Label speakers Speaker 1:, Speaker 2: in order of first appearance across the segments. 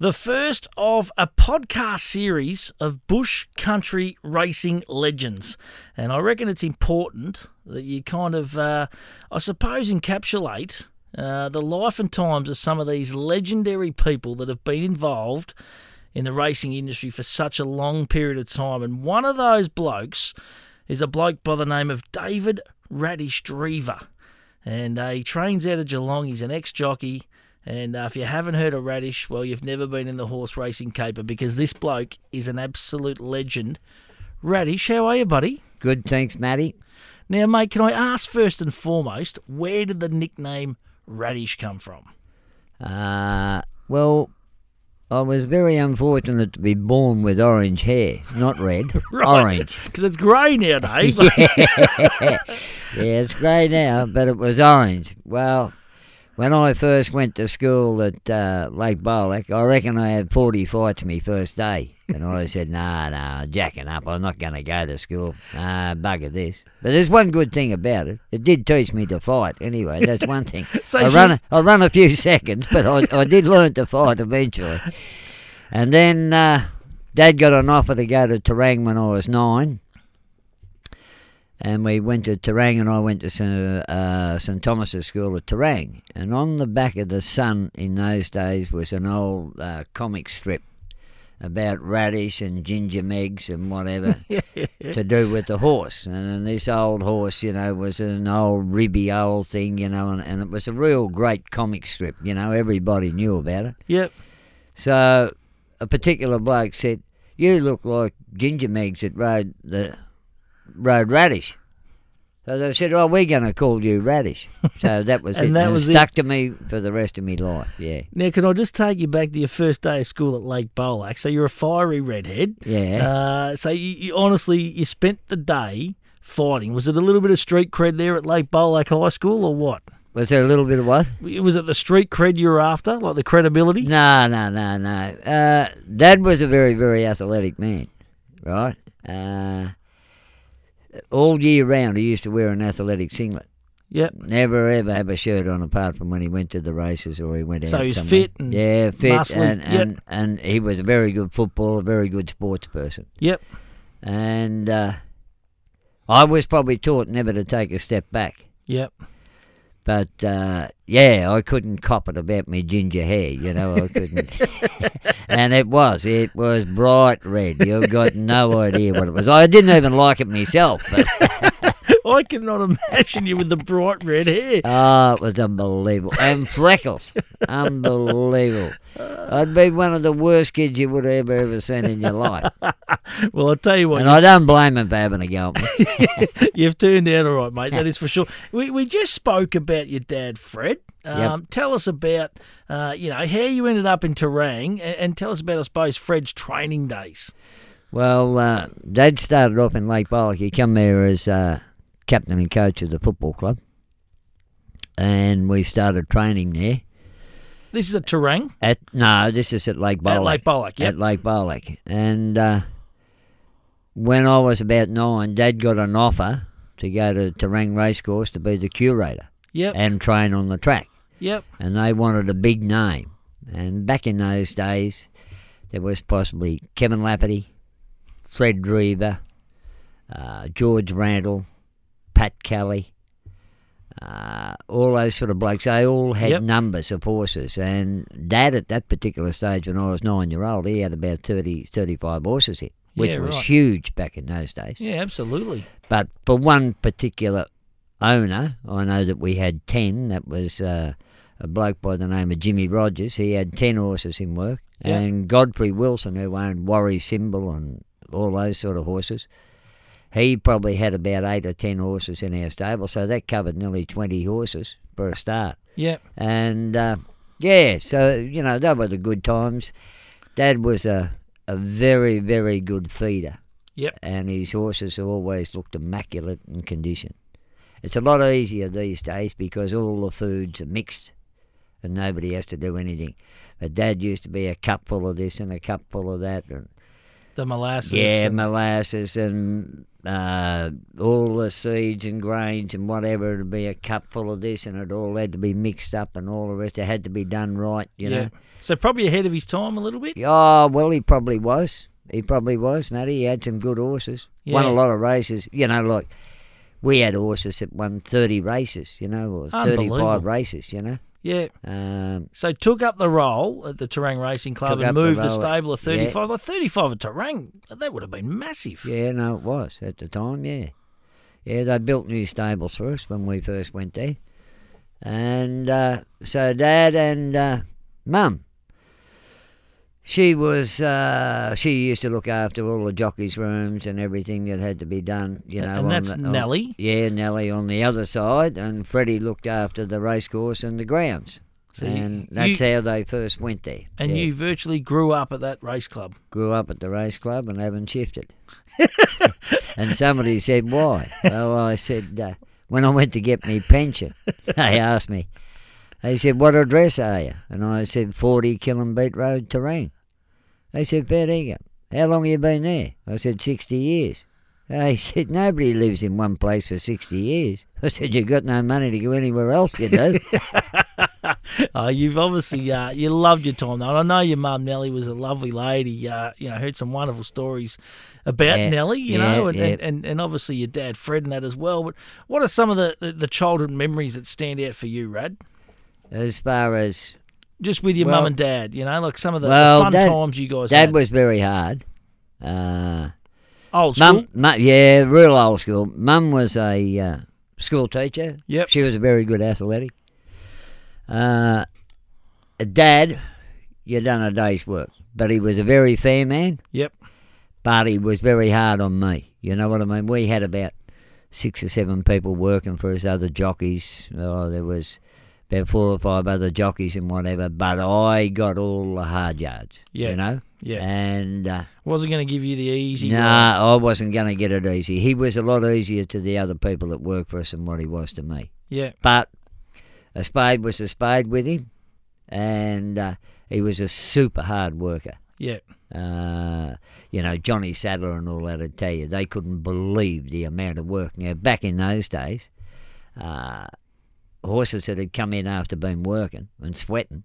Speaker 1: the first of a podcast series of bush country racing legends. And I reckon it's important that you kind of, uh, I suppose, encapsulate uh, the life and times of some of these legendary people that have been involved in the racing industry for such a long period of time. And one of those blokes is a bloke by the name of David Radish Drever. And uh, he trains out of Geelong. He's an ex jockey. And uh, if you haven't heard of Radish, well, you've never been in the horse racing caper because this bloke is an absolute legend. Radish, how are you, buddy?
Speaker 2: Good, thanks, Matty.
Speaker 1: Now, mate, can I ask first and foremost, where did the nickname Radish come from?
Speaker 2: Uh, well, I was very unfortunate to be born with orange hair, not red, orange.
Speaker 1: Because it's grey nowadays.
Speaker 2: Yeah, it's grey now, but it was orange. Well, when I first went to school at uh, Lake Bollock, I reckon I had 40 fights me first day. And I said, nah, nah, jacking up, I'm not going to go to school. Nah, bugger this. But there's one good thing about it. It did teach me to fight anyway, that's one thing.
Speaker 1: So
Speaker 2: I,
Speaker 1: she-
Speaker 2: run, a- I run a few seconds, but I, I did learn to fight eventually. And then uh, Dad got an offer to go to Terang when I was nine. And we went to Terang, and I went to St, uh, St Thomas's School at Terang. And on the back of the sun in those days was an old uh, comic strip about radish and ginger megs and whatever to do with the horse. And, then this old horse, you know, was an old ribby old thing, you know, and, and it was a real great comic strip, you know, everybody knew about it.
Speaker 1: yep.
Speaker 2: So a particular bloke said, "You look like ginger megs that rode the rode radish." So they said, "Oh, we're going to call you radish." So that was
Speaker 1: And
Speaker 2: it.
Speaker 1: that
Speaker 2: and
Speaker 1: was
Speaker 2: it
Speaker 1: it.
Speaker 2: stuck to me for the rest of my life. Yeah,
Speaker 1: Now, can I just take you back to your first day of school at Lake Bolak? So you're a fiery redhead.
Speaker 2: yeah.
Speaker 1: Uh, so you, you honestly, you spent the day fighting. Was it a little bit of street cred there at Lake Bolak High School or what?
Speaker 2: was there a little bit of what?
Speaker 1: Was it the street cred you were after, like the credibility?
Speaker 2: No, no, no, no. Uh, Dad was a very, very athletic man, right? Uh, all year round, he used to wear an athletic singlet.
Speaker 1: Yep.
Speaker 2: Never ever have a shirt on apart from when he went to the races or he went
Speaker 1: So
Speaker 2: out.
Speaker 1: he's
Speaker 2: somewhere.
Speaker 1: fit and
Speaker 2: yeah, fit
Speaker 1: muscly,
Speaker 2: and
Speaker 1: yep.
Speaker 2: and, and he was a very good footballer, very good sports person.
Speaker 1: Yep.
Speaker 2: And uh, I was probably taught never to take a step back.
Speaker 1: Yep.
Speaker 2: But uh, yeah, I couldn't cop it about my ginger hair, you know. I couldn't, and it was it was bright red. You've got no idea what it was. I didn't even like it myself. But,
Speaker 1: I cannot imagine you with the bright red hair.
Speaker 2: Oh, it was unbelievable. And freckles. unbelievable. I'd be one of the worst kids you would have ever, ever seen in your life.
Speaker 1: Well, I'll tell you what,
Speaker 2: And I don't blame him for having a go at me.
Speaker 1: You've turned out all right, mate. That is for sure. We, we just spoke about your dad, Fred. Um, Tell us about, uh, you know, how you ended up in Terang and, and tell us about, I suppose, Fred's training days.
Speaker 2: Well, uh, Dad started off in Lake Bollock. He come there as uh, captain and coach of the football club. And we started training there.
Speaker 1: This is a Terang
Speaker 2: At No, this is at Lake Bollock.
Speaker 1: at Lake Bollock. Yep.
Speaker 2: at Lake Bollock. And uh, when I was about nine, Dad got an offer to go to Terang Racecourse to be the curator
Speaker 1: Yep.
Speaker 2: and train on the track.
Speaker 1: yep.
Speaker 2: And they wanted a big name. And back in those days, there was possibly Kevin Lafferty, Fred Drever, uh, George Randall, Pat Kelly, uh, all those sort of blokes. They all had
Speaker 1: Yep.
Speaker 2: numbers of horses. And Dad, at that particular stage, when I was nine year old, he had about 30, 35 horses in, which
Speaker 1: Yeah,
Speaker 2: was
Speaker 1: right.
Speaker 2: huge back in those days.
Speaker 1: Yeah, absolutely.
Speaker 2: But for one particular owner, I know that we had 10. That was uh, a bloke by the name of Jimmy Rogers. He had 10 horses in work.
Speaker 1: Yeah.
Speaker 2: And Godfrey Wilson, who owned Warri Symbol and all those sort of horses, he probably had about 8 or 10 horses in our stable. So that covered nearly 20 horses for a start.
Speaker 1: Yep.
Speaker 2: And uh, yeah, so, you know, they were the good times. Dad was a, a very, very good feeder
Speaker 1: Yep.
Speaker 2: and his horses always looked immaculate in condition. It's a lot easier these days because all the foods are mixed and nobody has to do anything. But Dad used to be a cupful of this and a cupful of that. And
Speaker 1: The molasses.
Speaker 2: yeah,
Speaker 1: and-
Speaker 2: molasses and uh, all the seeds and grains and whatever. It'd be a cup full of this, and it all had to be mixed up, and all the rest. It had to be done right, you know.
Speaker 1: So probably ahead of his time a little bit.
Speaker 2: Oh, well, he probably was. He probably was, Matty. He had some good horses. Won
Speaker 1: Yeah.
Speaker 2: a lot of races. You know, like we had horses that won 30 races, you know, or 35
Speaker 1: Unbelievable.
Speaker 2: races, you know.
Speaker 1: Yeah.
Speaker 2: Um,
Speaker 1: So took up the role at the Terang Racing Club and
Speaker 2: Took up the
Speaker 1: moved the,
Speaker 2: role at-
Speaker 1: stable of
Speaker 2: yeah.
Speaker 1: 35. Like 35 at Terang, that would have been massive.
Speaker 2: yeah, no, it was at the time, yeah. Yeah, they built new stables for us when we first went there. And uh, so Dad and uh, Mum, she was, uh, she used to look after all the jockeys' rooms and everything that had to be done, you know. on
Speaker 1: and that's
Speaker 2: the- on-
Speaker 1: Nelly.
Speaker 2: Yeah, Nellie on the other side, and Freddie looked after the racecourse and the grounds.
Speaker 1: So you-
Speaker 2: and that's
Speaker 1: you-
Speaker 2: how they first went there.
Speaker 1: And
Speaker 2: Yeah.
Speaker 1: you virtually grew up at that race club.
Speaker 2: grew up at the race club and haven't shifted. and somebody said, Why? Well, I said, uh, When I went to get me pension, they asked me, They said, What address are you? And I said, 40 Killambeet Road, Terrain. They said, Fair dinkum. How long have you been there? I said, 60 years. They said, Nobody lives in one place for 60 years. I said, You've got no money to go anywhere else, you do.
Speaker 1: Uh, you've obviously uh, you loved your time though. And I know your mum Nellie was a lovely lady. Uh, you know, heard some wonderful stories about
Speaker 2: Yeah,
Speaker 1: Nellie. You
Speaker 2: yeah,
Speaker 1: know, and,
Speaker 2: yeah.
Speaker 1: and, and and obviously your dad Fred and that as well. But what are some of the the- the childhood memories that stand out for you, Rad?
Speaker 2: as far as
Speaker 1: Just with your
Speaker 2: Well-
Speaker 1: mum and dad. You know, like some of the, the
Speaker 2: Well,
Speaker 1: fun
Speaker 2: Dad-
Speaker 1: times you guys
Speaker 2: dad
Speaker 1: had.
Speaker 2: was very hard. Uh,
Speaker 1: Old school.
Speaker 2: Mum, mu- yeah, real old school. Mum was a uh, school teacher.
Speaker 1: Yep.
Speaker 2: She was a very good athletic. Uh, Dad, you done a day's work, but he was a very fair man.
Speaker 1: Yep.
Speaker 2: But he was very hard on me. You know what I mean? We had about six or seven people working for us, other jockeys. Oh, there was about four or five other jockeys and whatever. But I got all the hard yards.
Speaker 1: Yeah,
Speaker 2: You know.
Speaker 1: yeah.
Speaker 2: And. Uh,
Speaker 1: Wasn't going to give you the easy.
Speaker 2: no,
Speaker 1: ride.
Speaker 2: I wasn't going to get it easy. He was a lot easier to the other people that worked for us than what he was to me.
Speaker 1: Yeah.
Speaker 2: But a spade was a spade with him, and uh, he was a super hard worker.
Speaker 1: Yeah.
Speaker 2: Uh, you know, Johnny Sadler and all that'd tell you they couldn't believe the amount of work. Now, back in those days, uh, horses that had come in after been working and sweating,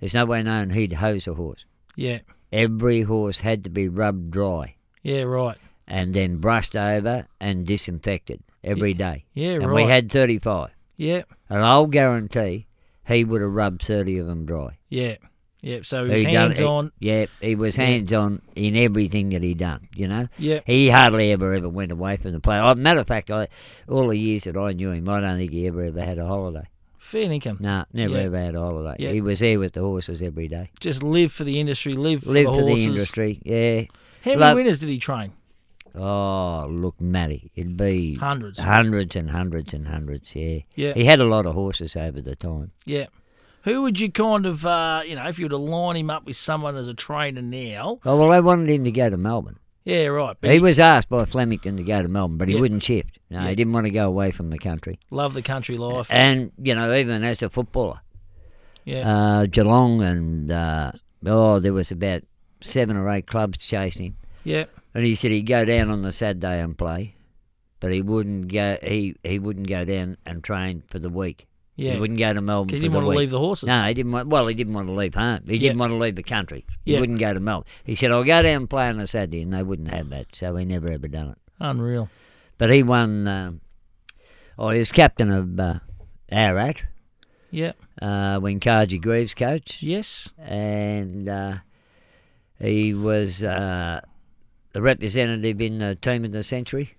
Speaker 2: there's no way known he'd hose a horse.
Speaker 1: Yeah.
Speaker 2: Every horse had to be rubbed dry
Speaker 1: Yeah. Right.
Speaker 2: and then brushed over and disinfected every day.
Speaker 1: Yeah.
Speaker 2: and
Speaker 1: right.
Speaker 2: we had 35.
Speaker 1: yeah.
Speaker 2: And I'll guarantee he would have rubbed 30 of them dry.
Speaker 1: Yeah. Yeah. So he was
Speaker 2: He done it.
Speaker 1: hands on.
Speaker 2: Yeah, he was
Speaker 1: Yeah.
Speaker 2: hands on in everything that he done, you know.
Speaker 1: Yeah.
Speaker 2: He hardly ever ever went away from the play. Oh, matter of fact, I, all the years that I knew him, I don't think he ever ever had a holiday.
Speaker 1: Fair income.
Speaker 2: No, never
Speaker 1: Yeah.
Speaker 2: ever had a holiday.
Speaker 1: Yeah.
Speaker 2: He was there with the horses every day.
Speaker 1: Just live for the industry. Live for
Speaker 2: Lived
Speaker 1: the
Speaker 2: for
Speaker 1: horses.
Speaker 2: the industry, yeah.
Speaker 1: How many
Speaker 2: Love-
Speaker 1: winners did he train?
Speaker 2: Oh, look, Matty, it'd be
Speaker 1: Hundreds.
Speaker 2: hundreds and hundreds and hundreds, yeah.
Speaker 1: Yeah.
Speaker 2: Uh, He had a lot of horses over the time.
Speaker 1: Yeah. Who would you kind of, uh, you know, if you were to line him up with someone as a trainer now?
Speaker 2: Oh, well, they wanted him to go to Melbourne.
Speaker 1: Yeah, right. But
Speaker 2: he
Speaker 1: he
Speaker 2: was asked by Flemington to go to Melbourne, but he
Speaker 1: Yeah.
Speaker 2: wouldn't shift. No,
Speaker 1: Yeah.
Speaker 2: he didn't want to go away from the country.
Speaker 1: loved the country life.
Speaker 2: And, you know, even as a footballer,
Speaker 1: yeah.
Speaker 2: uh, Geelong and, uh, oh, there was about seven or eight clubs chasing him.
Speaker 1: yeah.
Speaker 2: And he said he'd go down on the Saturday and play, but he wouldn't go, he, he wouldn't go down and train for the week.
Speaker 1: Yeah.
Speaker 2: He wouldn't go to Melbourne
Speaker 1: 'Cause
Speaker 2: for
Speaker 1: he
Speaker 2: the
Speaker 1: didn't want
Speaker 2: week.
Speaker 1: to leave the horses.
Speaker 2: No, he didn't want. Well, he didn't want to leave home. He
Speaker 1: Yeah.
Speaker 2: didn't want to leave the country. He
Speaker 1: Yeah.
Speaker 2: wouldn't go to Melbourne. He said, "I'll go down and play on a Saturday," and they wouldn't have that, so he never ever done it.
Speaker 1: Unreal.
Speaker 2: But he won. Um, oh, he was captain of uh, Ararat
Speaker 1: Yeah.
Speaker 2: uh, when Kaji Greaves coached,
Speaker 1: Yes.
Speaker 2: and uh, he was uh, a representative in the team of the century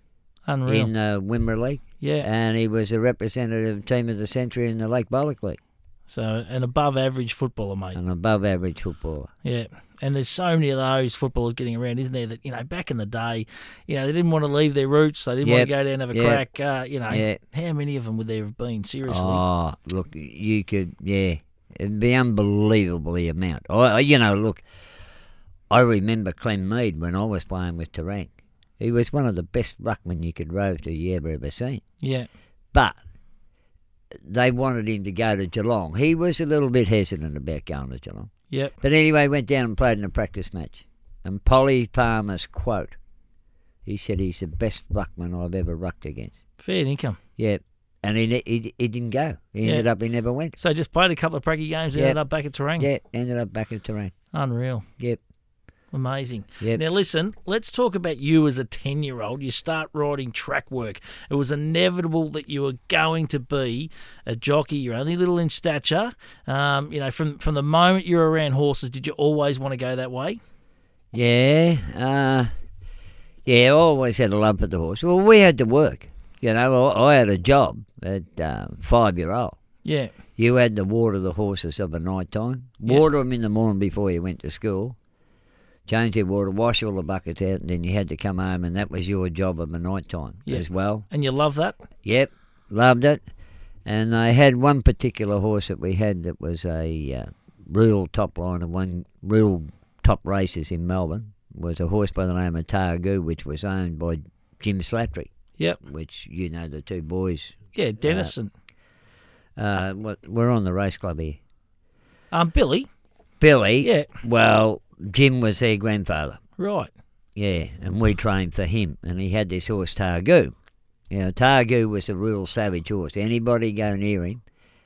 Speaker 1: Unreal.
Speaker 2: in the Wimmera League,
Speaker 1: yeah.
Speaker 2: and he was a representative team of the century in the Lake Bollock League,
Speaker 1: So an above average footballer, mate.
Speaker 2: an above-average footballer.
Speaker 1: Yeah. And there's so many of those footballers getting around, isn't there? That you know, back in the day, you know, they didn't want to leave their roots. They didn't want
Speaker 2: Yep.
Speaker 1: to go down and have a
Speaker 2: Yep.
Speaker 1: crack. Uh, you know,
Speaker 2: Yeah.
Speaker 1: how many of them would there have been? Seriously.
Speaker 2: Oh, look, you could, yeah, it'd be unbelievable the amount. I, I- you know, look, I remember Clem Mead when I was playing with Terang. He was one of the best ruckmen you could row to you ever ever seen.
Speaker 1: Yeah.
Speaker 2: But they wanted him to go to Geelong. He was a little bit hesitant about going to Geelong.
Speaker 1: Yep.
Speaker 2: But anyway, went down and played in a practice match. And Polly Palmer's quote He said he's the best ruckman I've ever rucked against.
Speaker 1: Fair income.
Speaker 2: Yeah, and he ne- he, he didn't go. He
Speaker 1: Yeah.
Speaker 2: ended up he never went.
Speaker 1: So just played a couple of practice games and
Speaker 2: Yeah.
Speaker 1: ended up back at Terang.
Speaker 2: Yeah, ended up back at Terrain.
Speaker 1: Unreal.
Speaker 2: Yep.
Speaker 1: Amazing.
Speaker 2: Yep.
Speaker 1: Now listen, let's talk about you as a ten year old. You start riding track work. It was inevitable that you were going to be a jockey. You're only little in stature. Um, you know, from from the moment you were around horses, did you always want to go that way?
Speaker 2: Yeah, uh, yeah. I always had a love for the horse. Well, we had to work. You know, I, I had a job at uh, five year old.
Speaker 1: Yeah.
Speaker 2: You had to water the horses of a night time.
Speaker 1: Yeah.
Speaker 2: Water them in the morning before you went to school. Change their water, wash all the buckets out, and then you had to come home, and that was your job of a night time
Speaker 1: Yeah.
Speaker 2: as well.
Speaker 1: And you love that?
Speaker 2: Yep, loved it. And I had one particular horse that we had that was a uh, real top line and one real top races in Melbourne. Was a horse by the name of Targoo, which was owned by Jim Slattery,
Speaker 1: Yep.
Speaker 2: which you know the two boys.
Speaker 1: Yeah, Dennison.
Speaker 2: Uh, what- we're on the race club here.
Speaker 1: Um, Billy.
Speaker 2: Billy,
Speaker 1: Yeah.
Speaker 2: well, Jim was their grandfather.
Speaker 1: Right.
Speaker 2: Yeah, and we trained for him, and he had this horse Targoo. You know, Targoo was a real savage horse. Anybody go near him,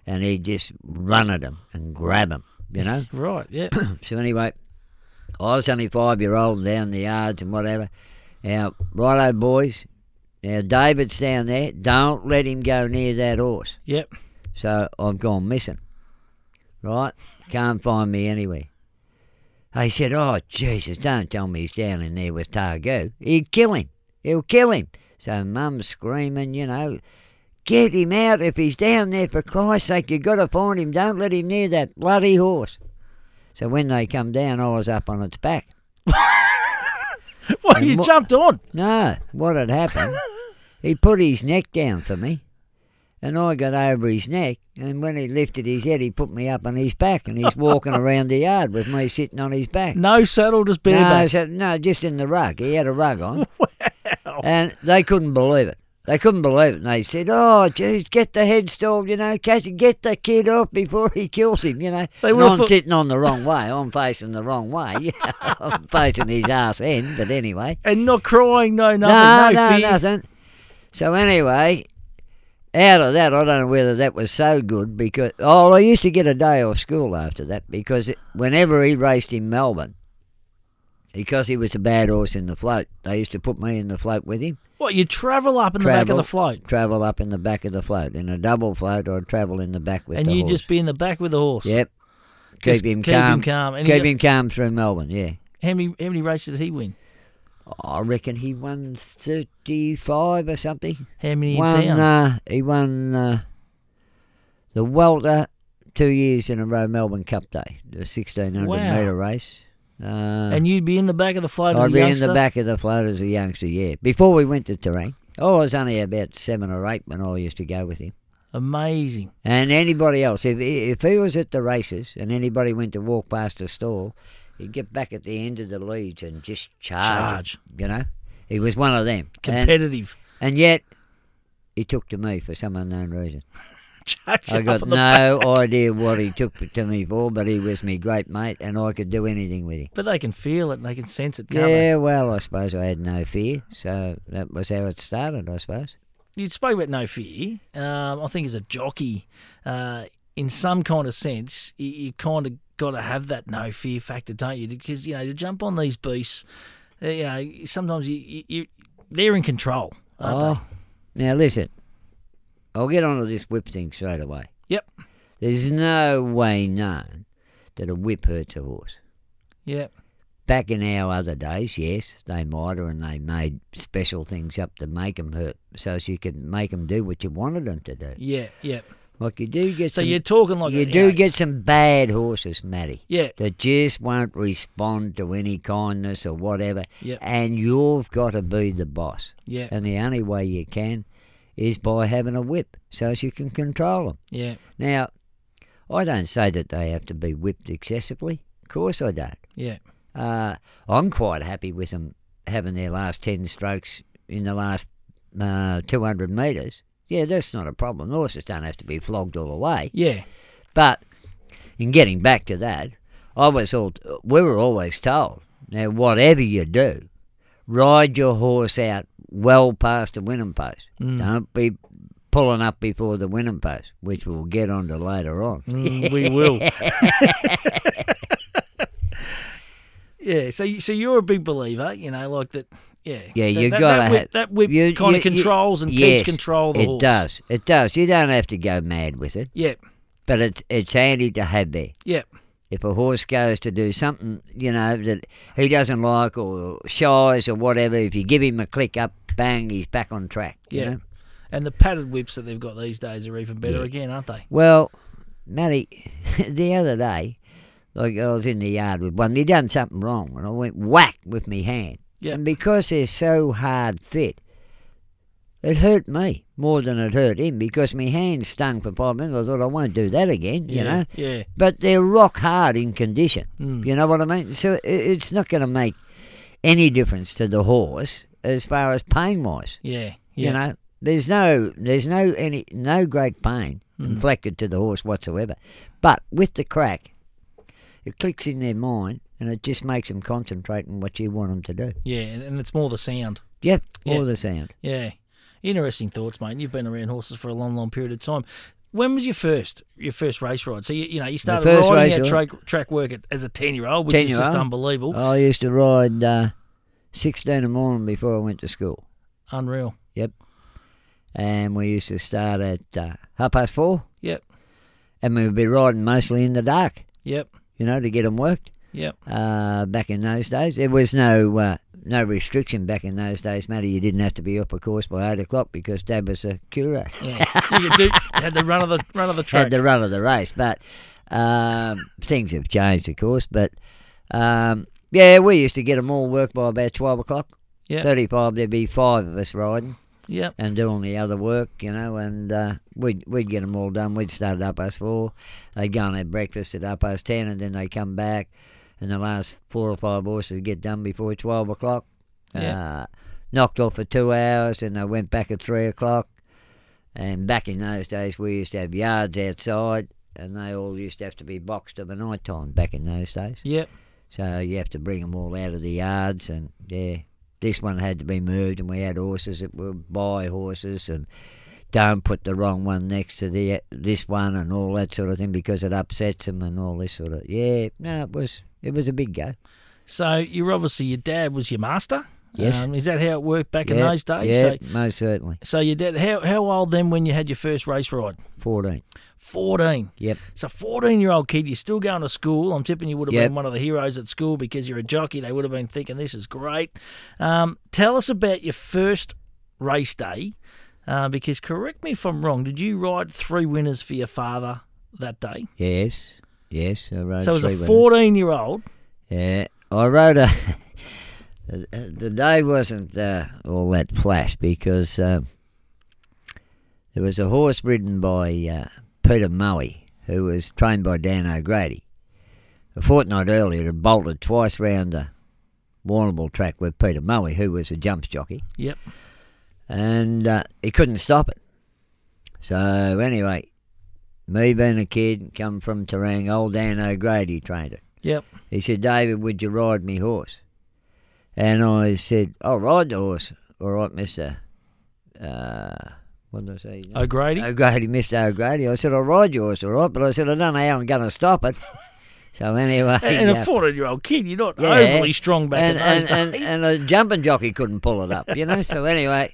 Speaker 2: and he'd just run at him and grab him. You know.
Speaker 1: Right. Yeah.
Speaker 2: so anyway, I was only five year old down the yards and whatever. Now, righto, boys. Now David's down there. Don't let him go near that horse.
Speaker 1: yep.
Speaker 2: So I've gone missing. Right? Can't find me anywhere. He said, Oh, Jesus, don't tell me he's down in there with Targo. He'd kill him. He'll kill him. So Mum's screaming, you know, get him out if he's down there for Christ's sake. You've got to find him. Don't let him near that bloody horse. So when they come down, I was up on its back.
Speaker 1: Well,
Speaker 2: And
Speaker 1: you
Speaker 2: what-
Speaker 1: jumped on.
Speaker 2: No, what had happened, he put his neck down for me, and I got over his neck. And when he lifted his head, he put me up on his back, and he's walking around the yard with me sitting on his back.
Speaker 1: No saddle, just
Speaker 2: No,
Speaker 1: bareback.
Speaker 2: so, no, just in the rug. He had a rug on,
Speaker 1: Wow.
Speaker 2: and they couldn't believe it. They couldn't believe it. And they said, "Oh, geez, get the head stalled, you know, catch, get the kid off before he kills him, you know."
Speaker 1: They
Speaker 2: And
Speaker 1: would've
Speaker 2: I'm
Speaker 1: thought-
Speaker 2: sitting on the wrong way. I'm facing the wrong way. I'm facing his ass end, but anyway.
Speaker 1: And not crying, no nothing, no, fear.
Speaker 2: nothing. So anyway, out of that, I don't know whether that was so good because oh, I used to get a day off school after that because it, whenever he raced in Melbourne, because he was a bad horse in the float, they used to put me in the float with him,
Speaker 1: What, you travel up in the back of
Speaker 2: Travel.
Speaker 1: the float
Speaker 2: travel up in the back of the float in a double float, I'd travel in the back with
Speaker 1: and
Speaker 2: the
Speaker 1: you
Speaker 2: horse.
Speaker 1: just be in the back with the horse.
Speaker 2: yep, keep
Speaker 1: Just
Speaker 2: him
Speaker 1: keep
Speaker 2: calm,
Speaker 1: him calm. And he
Speaker 2: keep
Speaker 1: got-
Speaker 2: him calm through Melbourne. Yeah,
Speaker 1: How many, how many races did he win?
Speaker 2: I reckon he won thirty-five or something.
Speaker 1: How many in
Speaker 2: won,
Speaker 1: town?
Speaker 2: Uh, he won uh, the welter two years in a row Melbourne Cup Day, the 1600
Speaker 1: Wow.
Speaker 2: metre race. Uh, and
Speaker 1: and you'd be in the back of the float as
Speaker 2: I'd
Speaker 1: a
Speaker 2: be
Speaker 1: youngster.
Speaker 2: in the back of the float as a youngster, yeah. Before we went to Terrain, I was only about seven or eight when I used to go with him.
Speaker 1: Amazing.
Speaker 2: And anybody else, if, if he was at the races and anybody went to walk past the stall, he'd get back at the end of the leads and just charge,
Speaker 1: Charge.
Speaker 2: you know. He was one of them. And,
Speaker 1: Competitive.
Speaker 2: and yet, he took to me for some unknown reason.
Speaker 1: Charge
Speaker 2: I
Speaker 1: up
Speaker 2: got
Speaker 1: in
Speaker 2: no
Speaker 1: the back.
Speaker 2: idea what he took to me for, but he was me great mate, and I could do anything with him.
Speaker 1: But they can feel it and they can sense it, can't
Speaker 2: Yeah, well, I suppose I had no fear, so that was how it started, I suppose.
Speaker 1: they? You spoke about no fear. Um, I think as a jockey, uh, in some kind of sense, you, you kind of got to have that no fear factor, don't you? Because, you know, to jump on these beasts, uh, you know, sometimes you, you, you they're in control, aren't
Speaker 2: Oh, now listen, I'll get onto this whip thing straight away.
Speaker 1: Yep.
Speaker 2: There's no way known that a whip hurts a horse.
Speaker 1: they? Yeah.
Speaker 2: Back in our other days, yes, they might have, and they made special things up to make 'em hurt, so you could make 'em do what you wanted 'em to do.
Speaker 1: Yeah, yeah.
Speaker 2: Like you do get
Speaker 1: So
Speaker 2: some
Speaker 1: you're talking like
Speaker 2: you
Speaker 1: a-
Speaker 2: do
Speaker 1: know,
Speaker 2: get some bad horses, Matty,
Speaker 1: yeah,
Speaker 2: that just won't respond to any kindness or whatever.
Speaker 1: Yep.
Speaker 2: And you've got to be the boss.
Speaker 1: yeah,
Speaker 2: And the only way you can is by having a whip so as you can control them.
Speaker 1: yeah,
Speaker 2: Now, I don't say that they have to be whipped excessively. Of course I don't.
Speaker 1: yeah,
Speaker 2: Uh, I'm quite happy with them having their last 10 strokes in the last uh, 200 metres. Yeah, that's not a problem. Horses don't have to be flogged all the way.
Speaker 1: yeah,
Speaker 2: But in getting back to that, I was all we were always told now whatever you do, ride your horse out well past the winning post.
Speaker 1: Mm.
Speaker 2: Don't be pulling up before the winning post, which we'll get onto later on.
Speaker 1: Mm, we will. yeah, so you- so you're a big believer, you know, like that. Yeah,
Speaker 2: Yeah,
Speaker 1: that-
Speaker 2: you
Speaker 1: that,
Speaker 2: gotta
Speaker 1: that
Speaker 2: ha-
Speaker 1: whip, that whip
Speaker 2: you-
Speaker 1: kind
Speaker 2: you-
Speaker 1: of
Speaker 2: you-
Speaker 1: controls and
Speaker 2: yes,
Speaker 1: keeps control of the
Speaker 2: it
Speaker 1: horse.
Speaker 2: does. It does. You don't have to go mad with it,
Speaker 1: Yeah,
Speaker 2: but it's it's handy to have there.
Speaker 1: yeah,
Speaker 2: If a horse goes to do something, you know, that he doesn't like or shies or whatever, if you give him a click up, bang, he's back on track. you
Speaker 1: Yeah.
Speaker 2: know?
Speaker 1: and the padded whips that they've got these days are even better
Speaker 2: Yeah.
Speaker 1: again, aren't they?
Speaker 2: Well, Matty, the other day, like I was in the yard with one, he done something wrong, and I went whack with me hand.
Speaker 1: Yeah.
Speaker 2: And because they're so hard fit, it hurt me more than it hurt him because my hand stung for five minutes. I thought I won't do that again,
Speaker 1: Yeah,
Speaker 2: you know.
Speaker 1: yeah,
Speaker 2: But they're rock hard in condition.
Speaker 1: mm,
Speaker 2: You know what I mean? So i- it's not going to make any difference to the horse as far as pain wise.
Speaker 1: yeah,
Speaker 2: You
Speaker 1: yeah,
Speaker 2: know, there's no there's no any no great pain
Speaker 1: Mm.
Speaker 2: inflicted to the horse whatsoever. But with the crack, it clicks in their mind and it just makes them concentrate on what you want them to do.
Speaker 1: yeah, and, and it's more the sound.
Speaker 2: Yep,
Speaker 1: Yeah.
Speaker 2: all the sound.
Speaker 1: Yeah, interesting thoughts, mate. You've been around horses for a long, long period of time. When was your first your first race ride? So you, you know you started
Speaker 2: first
Speaker 1: riding
Speaker 2: race
Speaker 1: out
Speaker 2: ride- Uh,
Speaker 1: track track work at, as a ten year old, which is just
Speaker 2: 10-year-old.
Speaker 1: unbelievable,
Speaker 2: I used to ride uh, sixteen in the morning before I went to school,
Speaker 1: unreal.
Speaker 2: and we used to start at uh, half past four.
Speaker 1: Yep.
Speaker 2: and we would be riding mostly in the dark.
Speaker 1: Yep,
Speaker 2: You know, to get them worked.
Speaker 1: yep.
Speaker 2: uh, back in those days. There was no uh, no restriction back in those days, Matty. You didn't have to be up, of course, by eight o'clock because Dad was a curator.
Speaker 1: Yeah, you could do, had the run of the run of the track.
Speaker 2: Had the run of the race, but um, things have changed, of course. But um, yeah, we used to get them all worked by about twelve o'clock.
Speaker 1: Yeah.
Speaker 2: thirty-five. There'd be five of us riding
Speaker 1: yep,
Speaker 2: and doing the other work, you know, and uh, we'd we'd get them all done. We'd start at half past four. They'd go and have breakfast at half past ten, and then they come back, and the last four or five horses would get done before twelve o'clock.
Speaker 1: Yeah.
Speaker 2: Uh, knocked off for two hours, and they went back at three o'clock. And back in those days, we used to have yards outside, and they all used to have to be boxed of the night time back in those days.
Speaker 1: yep,
Speaker 2: So you have to bring them all out of the yards, and yeah, this one had to be moved, and we had horses that were buy horses, and don't put the wrong one next to the this one, and all that sort of thing because it upsets them, and all this sort of yeah. No, it was it was a big go.
Speaker 1: So you're obviously your dad was your master.
Speaker 2: Yes.
Speaker 1: Um, is that how it worked back in
Speaker 2: Yeah,
Speaker 1: those days?
Speaker 2: yeah,
Speaker 1: So,
Speaker 2: most certainly
Speaker 1: so your dad, how how old then when you had your first race ride?
Speaker 2: fourteen.
Speaker 1: Fourteen.
Speaker 2: Yep.
Speaker 1: So, 14 year old kid, you're still going to school. I'm tipping you would have
Speaker 2: Yep.
Speaker 1: been one of the heroes at school because you're a jockey. They would have been thinking, this is great. Um, tell us about your first race day uh, because, correct me if I'm wrong, did you ride three winners for your father that day?
Speaker 2: Yes. Yes. I rode
Speaker 1: so, as
Speaker 2: three
Speaker 1: a
Speaker 2: winners.
Speaker 1: 14 year old,
Speaker 2: Yeah, I rode a. the- the day wasn't uh, all that flash because uh, there was a horse ridden by uh, Peter Mowey, who was trained by Dan O'Grady. A fortnight earlier, it had bolted twice round the Warrnambool track with Peter Mowey, who was a jumps jockey
Speaker 1: yep,
Speaker 2: and uh, he couldn't stop it. So anyway, me being a kid, come from Terang, old Dan O'Grady trained it.
Speaker 1: Yep.
Speaker 2: He said, David, would you ride me horse? And I said, I'll ride the horse. All right, Mister. Uh, what did I say? his name?
Speaker 1: O'Grady.
Speaker 2: O'Grady, Mister O'Grady. I said, I'll ride yours, all right. But I said, I don't know how I'm going to stop it. so anyway,
Speaker 1: and
Speaker 2: yeah.
Speaker 1: a 14 year old kid, you're not
Speaker 2: Yeah.
Speaker 1: overly strong back
Speaker 2: and,
Speaker 1: in those
Speaker 2: and,
Speaker 1: days.
Speaker 2: and, and a jumping jockey couldn't pull it up, you know. so anyway,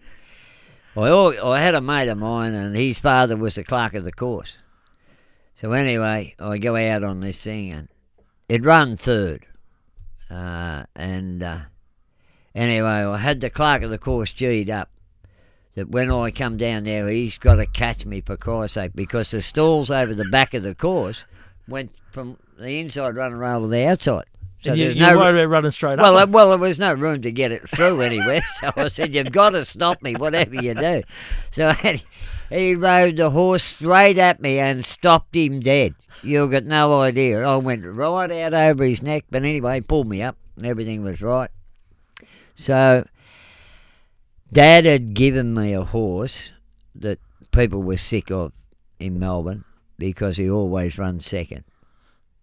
Speaker 2: I al- I had a mate of mine, and his father was the clerk of the course. So anyway, I go out on this thing, and it run third, uh, and uh, anyway, I had the clerk of the course G'd up. That when I come down there, he's got to catch me for Christ's sake because the stalls over the back of the course went from the inside running over the outside. So
Speaker 1: you,
Speaker 2: there's
Speaker 1: you're
Speaker 2: no
Speaker 1: worried about running straight
Speaker 2: well, uh,
Speaker 1: up.
Speaker 2: well, there was no room to get it through anywhere, so I said, "You've got to stop me, whatever you do." So he, he rode the horse straight at me and stopped him dead. You've got no idea. I went right out over his neck, but anyway, he pulled me up, and everything was right. So, Dad had given me a horse that people were sick of in Melbourne because he always runs second,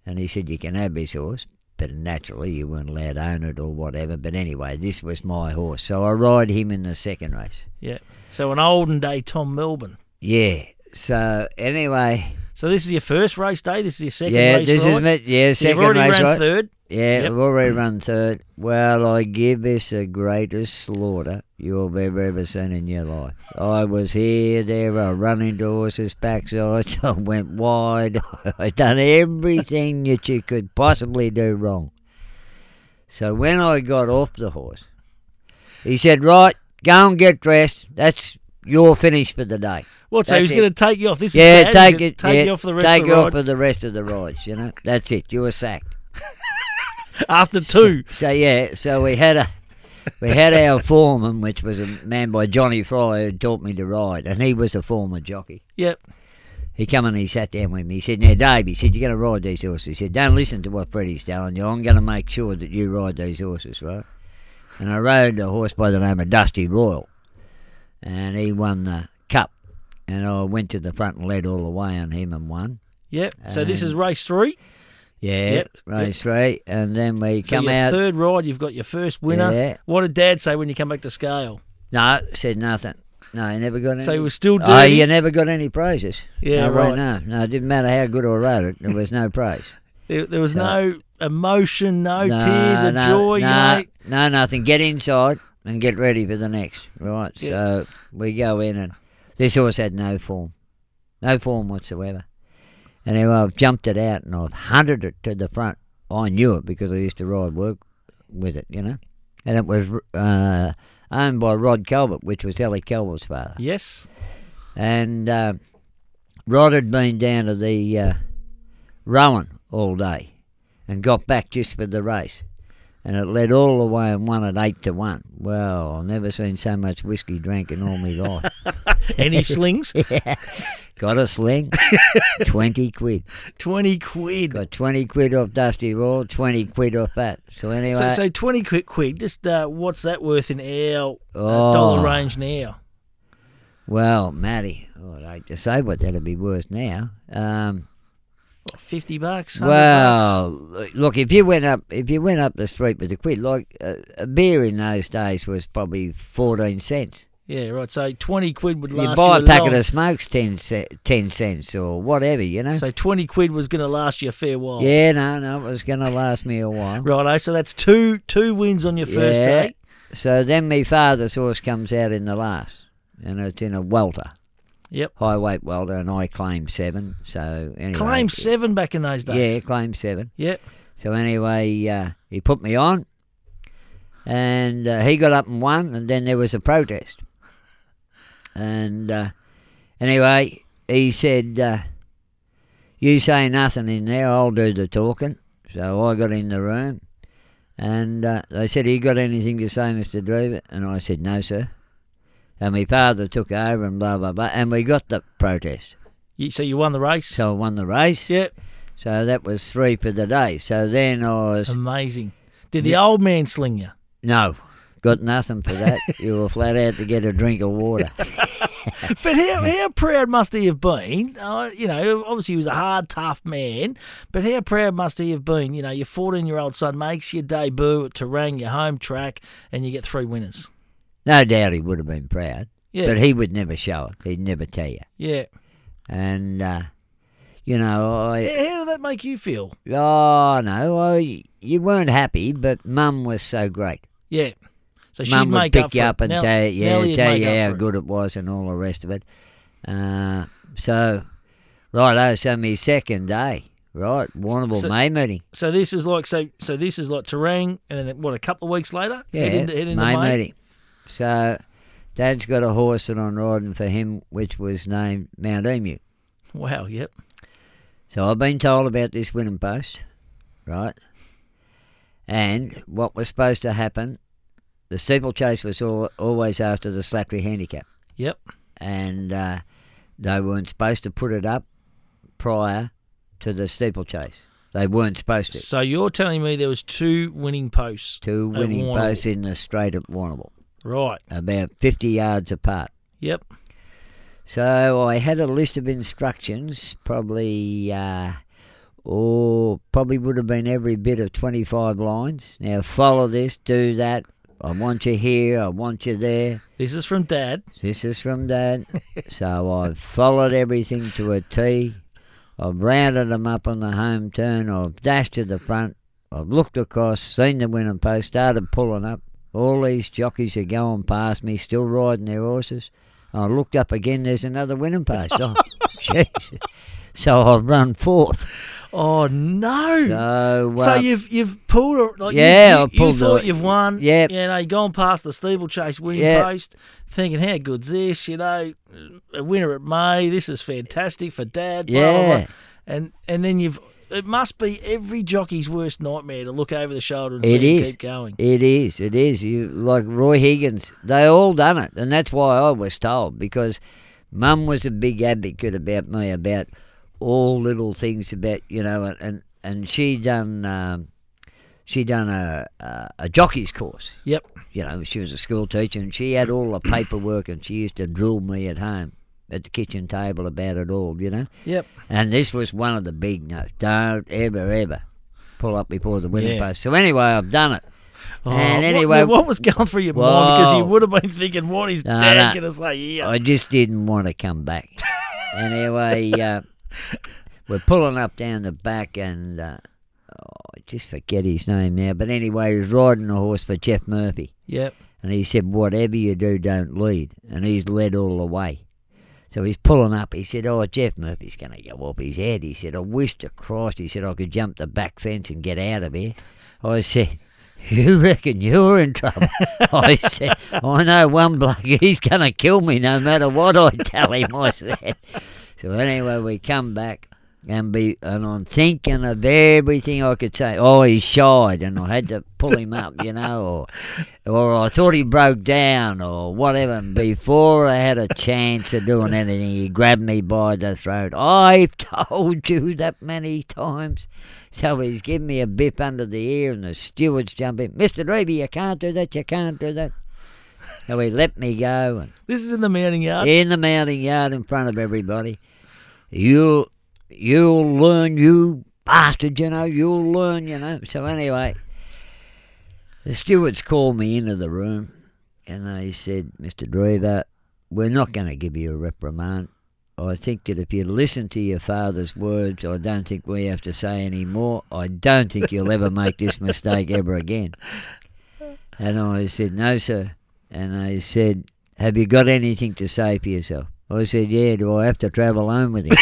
Speaker 2: and he said, "You can have his horse." but naturally you weren't allowed to own it or whatever. But anyway, this was my horse, so I ride him in the second race.
Speaker 1: Yeah. So an olden day Tom Melbourne.
Speaker 2: Yeah. So anyway,
Speaker 1: So this is your first race day. This is your second
Speaker 2: yeah,
Speaker 1: race,
Speaker 2: this
Speaker 1: right?
Speaker 2: is it. Yeah,
Speaker 1: You've
Speaker 2: second
Speaker 1: already
Speaker 2: race,
Speaker 1: ran
Speaker 2: right?
Speaker 1: third.
Speaker 2: Yeah,
Speaker 1: Yep.
Speaker 2: we've already run third. Well, I give this the greatest slaughter you've ever, ever seen in your life. I was here, there, I run into horses, backsides, I went wide. I done everything that you could possibly do wrong. So when I got off the horse, he said, Right, go and get dressed. That's your finish for the day.
Speaker 1: What? So
Speaker 2: That's
Speaker 1: he's
Speaker 2: it.
Speaker 1: going to take you off. This
Speaker 2: yeah,
Speaker 1: is bad. He's
Speaker 2: take
Speaker 1: gonna
Speaker 2: it.
Speaker 1: Take
Speaker 2: yeah,
Speaker 1: you off for the rest
Speaker 2: take
Speaker 1: of the
Speaker 2: you off
Speaker 1: ride
Speaker 2: for the rest of the rides, you know. That's it. You were sacked.
Speaker 1: after two.
Speaker 2: So yeah, so we had a we had our foreman, which was a man by Johnny Fry who taught me to ride, and he was a former jockey.
Speaker 1: Yep.
Speaker 2: He come and he sat down with me. He said, "Now, Dave," he said, "You're going to ride these horses." He said, "Don't listen to what Freddie's telling you. I'm going to make sure that you ride these horses, right?" And I rode a horse by the name of Dusty Royal, and he won the cup. And I went to the front and led all the way on him and won.
Speaker 1: Yep. So this is
Speaker 2: And-
Speaker 1: race three.
Speaker 2: Yeah,
Speaker 1: Yep,
Speaker 2: race three, and then we
Speaker 1: So
Speaker 2: come
Speaker 1: your
Speaker 2: out.
Speaker 1: third ride, you've got your first winner.
Speaker 2: Yeah.
Speaker 1: What did Dad say when you come back to scale?
Speaker 2: No, said nothing. No, he never got any.
Speaker 1: So he was still doing.
Speaker 2: Oh, you never got any prizes.
Speaker 1: Yeah,
Speaker 2: no,
Speaker 1: right.
Speaker 2: No, no, it didn't matter how good I rode it. There was no prize.
Speaker 1: There, there was
Speaker 2: So-
Speaker 1: no emotion, no, tears of
Speaker 2: no,
Speaker 1: joy. You
Speaker 2: no,
Speaker 1: know?
Speaker 2: no, nothing. Get inside and get ready for the next. Right.
Speaker 1: Yeah.
Speaker 2: So we go in, and this horse had no form, no form whatsoever. And anyway, I've jumped it out and I've hunted it to the front. I knew it because I used to ride work with it, you know. And it was uh, owned by Rod Calvert, which was Ellie Calvert's father.
Speaker 1: Yes.
Speaker 2: and uh, Rod had been down to the uh, Rowan all day and got back just for the race. And it led all the way and won at eight to one. Well, I've never seen so much whiskey drank in all my life.
Speaker 1: Any slings?
Speaker 2: Got a sling, twenty quid.
Speaker 1: 20 quid.
Speaker 2: Got twenty quid off Dusty Royal, twenty quid off that. So anyway,
Speaker 1: So, so 20 quid, quid just uh, what's that worth in our uh,
Speaker 2: Oh.
Speaker 1: dollar range now?
Speaker 2: well, Matty, oh, I'd hate to say what that'd be worth now. Um,
Speaker 1: What, 50 bucks? 100 bucks?
Speaker 2: Well, l- look if you went up if you went up the street with a quid, like uh, a beer in those days was probably fourteen cents.
Speaker 1: Yeah, right. So 20 quid would
Speaker 2: You
Speaker 1: last
Speaker 2: buy
Speaker 1: you
Speaker 2: a packet
Speaker 1: long-
Speaker 2: of smokes 10, ce- 10 cents or whatever, you know.
Speaker 1: So 20 quid was going to last you a fair while.
Speaker 2: yeah, no, no, it was gonna last me a while.
Speaker 1: Righto. So that's two two wins on your first
Speaker 2: Yeah.
Speaker 1: day.
Speaker 2: So then my father's horse comes out in the last, and it's in a welter.
Speaker 1: Yep.
Speaker 2: High weight welter, and I claim seven. So anyway,
Speaker 1: Claim seven back in those
Speaker 2: Yeah,
Speaker 1: days.
Speaker 2: claim seven.
Speaker 1: Yep.
Speaker 2: So anyway, uh, he put me on, and uh, he got up and won, and then there was a protest. And uh, anyway, he said, uh, "You say nothing in there. I'll do the talking." So I got in the room, and uh, they said, "You got anything to say, Mister Drever?" And I said, "No, sir." And my father took over and blah blah blah, and we got the protest.
Speaker 1: You, so you won the race.
Speaker 2: So I won the race.
Speaker 1: Yep.
Speaker 2: So that was three for the day. So then I
Speaker 1: Um,
Speaker 2: was
Speaker 1: Amazing. Did the
Speaker 2: Yeah.
Speaker 1: old man sling you?
Speaker 2: No, got nothing for that. you were flat out to get a drink of water.
Speaker 1: But how, how proud must he have been? Uh, you know, obviously he was a hard, tough man, but how proud must he have been? You know, your 14 year old son makes your debut at Terang, your home track, and you get three winners.
Speaker 2: No doubt he would have been proud,
Speaker 1: Yeah.
Speaker 2: but he would never show it. He'd never tell you.
Speaker 1: yeah.
Speaker 2: And uh, you know, I
Speaker 1: How, how did that make you feel?
Speaker 2: oh no, I, you weren't happy, but Mum was so great.
Speaker 1: Yeah. So she'd
Speaker 2: Mum would
Speaker 1: make
Speaker 2: pick
Speaker 1: up
Speaker 2: you
Speaker 1: for it.
Speaker 2: up and
Speaker 1: Nell-
Speaker 2: tell you, yeah,
Speaker 1: Nelly'd
Speaker 2: tell
Speaker 1: make
Speaker 2: you
Speaker 1: up
Speaker 2: how
Speaker 1: for it.
Speaker 2: good it was and all the rest of it. Uh, so, righto, so my second day, right, Warrnambool
Speaker 1: So-
Speaker 2: May meeting.
Speaker 1: So this is like so. So this is like Terang, and then what? A couple of weeks later,
Speaker 2: Yeah,
Speaker 1: head into, head into
Speaker 2: May
Speaker 1: May.
Speaker 2: meeting. So, Dad's got a horse that I'm riding for him, which was named Mount Emu.
Speaker 1: Wow. Yep.
Speaker 2: So I've been told about this winning post, right? And what was supposed to happen, the steeplechase was al always after the Slattery handicap,
Speaker 1: Yep.
Speaker 2: and uh, they weren't supposed to put it up prior to the steeplechase. They weren't supposed to.
Speaker 1: So you're telling me there was two winning posts,
Speaker 2: Two
Speaker 1: At
Speaker 2: winning
Speaker 1: Warrnambool.
Speaker 2: posts in the straight at Warrnambool,
Speaker 1: right?
Speaker 2: about 50 yards apart.
Speaker 1: Yep.
Speaker 2: So I had a list of instructions, probably, uh, or probably would have been every bit of 25 lines. Now follow this, do that. I want you here, I want you there.
Speaker 1: This is from Dad.
Speaker 2: This is from Dad. so I've followed everything to a T. I've rounded them up on the home turn. I've dashed to the front. I've looked across, seen the winning post, started pulling up. All these jockeys are going past me, still riding their horses. I looked up again, there's another winning post. Oh, jeez. So I've run fourth.
Speaker 1: Oh no!
Speaker 2: So, uh,
Speaker 1: So you've you've pulled a like you-
Speaker 2: Yeah,
Speaker 1: you,
Speaker 2: I
Speaker 1: you,
Speaker 2: pulled
Speaker 1: thought
Speaker 2: a-
Speaker 1: you've won.
Speaker 2: yep.
Speaker 1: You know, you've gone past the steeplechase winning
Speaker 2: Yep.
Speaker 1: post, thinking how good's this? You know, a winner at May. This is fantastic for Dad. blah, blah, blah.
Speaker 2: Yeah.
Speaker 1: And and then you've it must be every jockey's worst nightmare to look over the shoulder and see
Speaker 2: It
Speaker 1: him
Speaker 2: is.
Speaker 1: keep going.
Speaker 2: It is. It is. You like Roy Higgins. They all done it, and that's why I was told because Mum was a big advocate about me about all little things about you know, and and, and she done um, she done a, a a jockey's course.
Speaker 1: Yep.
Speaker 2: You know, she was a school teacher, and she had all the paperwork, and she used to drill me at home at the kitchen table about it all. You know,
Speaker 1: Yep.
Speaker 2: and this was one of the big notes. Don't ever ever pull up before the winning
Speaker 1: Yeah.
Speaker 2: post. So anyway, I've done it.
Speaker 1: Oh,
Speaker 2: And
Speaker 1: what-
Speaker 2: anyway-
Speaker 1: what, was going through your mind? Because you
Speaker 2: Whoa.
Speaker 1: would have been thinking, what is
Speaker 2: No,
Speaker 1: Dad
Speaker 2: no.
Speaker 1: going to say here?
Speaker 2: I just didn't want to come back. anyway, uh, we're pulling up down the back, and uh, oh, I just forget his name now. But anyway, he was riding a horse for Jeff Murphy,
Speaker 1: Yep.
Speaker 2: and he said, "Whatever you do, don't lead." And he's led all the way. So he's pulling up. He said, "Oh, Jeff Murphy's going to go off his head." He said, "I wish to Christ," he said, "I could jump the back fence and get out of here." I said. You reckon you're in trouble? I said, I know one bloke, he's going to kill me no matter what I tell him, I said. So anyway, we come back and be, and I'm thinking of everything I could say. Oh, he shied and I had to pull him up, you know, or, or I thought he broke down or whatever. And before I had a chance of doing anything, he grabbed me by the throat. I've told you that many times. So he's giving me a bip under the ear, and the stewards jump in. Mr. Dreby, you can't do that. You can't do that. So he let me go,
Speaker 1: This is in the mounting yard.
Speaker 2: and in the mounting yard in front of everybody, you you'll learn, you bastard. You know, you'll learn. You know. So anyway, the stewards called me into the room, and they said, Mr. Dreva, we're not going to give you a reprimand. I think that if you listen to your father's words, I don't think we have to say any more. I don't think you'll ever make this mistake ever again. And I said, No, sir. And they said, Have you got anything to say for yourself? I said, Yeah, do I have to travel home with him?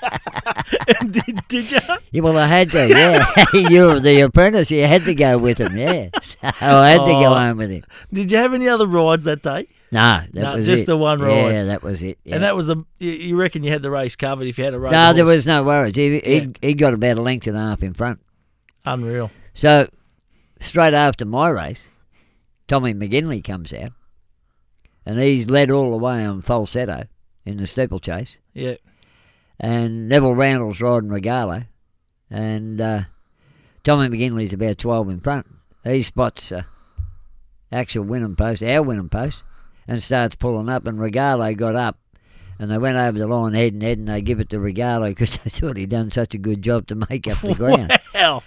Speaker 1: did, did you?
Speaker 2: yeah, well, I had to, yeah. you were the apprentice, you had to go with him, yeah. So I had to
Speaker 1: Oh.
Speaker 2: go home with him.
Speaker 1: Did you have any other rides that day?
Speaker 2: No, that
Speaker 1: No,
Speaker 2: was
Speaker 1: just
Speaker 2: it.
Speaker 1: the one ride.
Speaker 2: Yeah, that was it. Yeah.
Speaker 1: And that was a. You you reckon you had the race covered if you had a race?
Speaker 2: no, there was no worries. He, he,
Speaker 1: Yeah.
Speaker 2: he got about a length and a half in front.
Speaker 1: unreal.
Speaker 2: So, straight after my race, Tommy McGinley comes out, and he's led all the way on falsetto in the steeplechase.
Speaker 1: Yeah,
Speaker 2: And Neville Randall's riding Regalo, and uh, Tommy McGinley's about 12 in front. He spots uh, actual winning post, our winning post, and starts pulling up, and Regalo got up. And they went over the line head and head, and they give it to Regalo because they thought he'd done such a good job to make up the ground.
Speaker 1: Wow,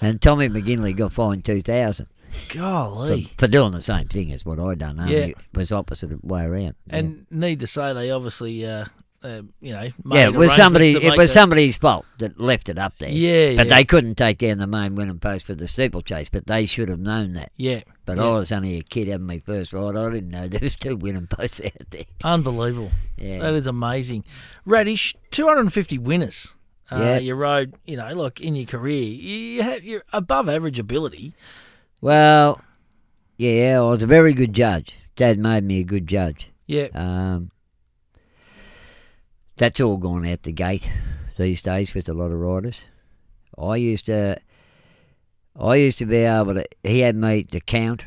Speaker 2: And Tommy McGinley got fined two thousand for,
Speaker 1: golly.
Speaker 2: for doing the same thing as what I done. Only
Speaker 1: Yeah.
Speaker 2: it was opposite of way around. Yeah.
Speaker 1: And need to say they obviously, uh, uh, you know, made
Speaker 2: yeah, it was somebody.
Speaker 1: arrangements to
Speaker 2: It
Speaker 1: make
Speaker 2: was
Speaker 1: the-
Speaker 2: somebody's fault that left it up there.
Speaker 1: Yeah,
Speaker 2: but
Speaker 1: yeah.
Speaker 2: they couldn't take down the main winning post for the steeplechase. But they should have known that.
Speaker 1: Yeah,
Speaker 2: But
Speaker 1: yeah.
Speaker 2: I was only a kid having my first ride. I didn't know there was two winning posts out there.
Speaker 1: unbelievable.
Speaker 2: Yeah.
Speaker 1: That is amazing. Radish, 250 winners. Uh,
Speaker 2: Yeah.
Speaker 1: You rode, you know, like in your career, you, you have your above average ability.
Speaker 2: well, yeah, I was a very good judge. Dad made me a good judge.
Speaker 1: Yeah,
Speaker 2: Um, that's all gone out the gate these days with a lot of riders. I used to, I used to be able to. He had me to count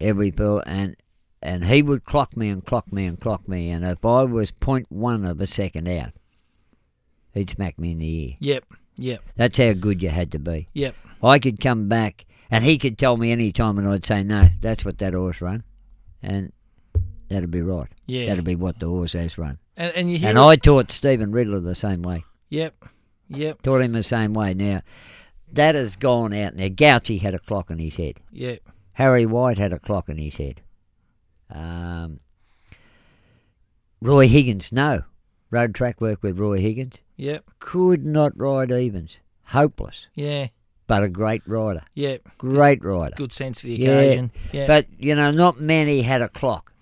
Speaker 2: every bill, and and he would clock me and clock me and clock me, and if I was point one of a second out, he'd smack me in the ear.
Speaker 1: yep, yep,
Speaker 2: That's how good you had to be.
Speaker 1: yep.
Speaker 2: I could come back and he could tell me any time, and I'd say no, that's what that horse run, and that'd be right.
Speaker 1: Yeah,
Speaker 2: That'll be what the horse has run.
Speaker 1: and, and you hear
Speaker 2: And
Speaker 1: it-
Speaker 2: I taught Stephen Riddler the same way.
Speaker 1: Yep. Yep.
Speaker 2: Taught him the same way. Now, that has gone out now. Gouchy had a clock on his head.
Speaker 1: Yep.
Speaker 2: Harry White had a clock on his head. Um, Roy Higgins, no. Road track work with Roy Higgins.
Speaker 1: Yep.
Speaker 2: Could not ride evens. Hopeless,
Speaker 1: Yeah.
Speaker 2: but a great rider.
Speaker 1: Yep.
Speaker 2: Great rider.
Speaker 1: Good sense for the
Speaker 2: Yeah.
Speaker 1: occasion. Yeah.
Speaker 2: But, you know, not many had a clock.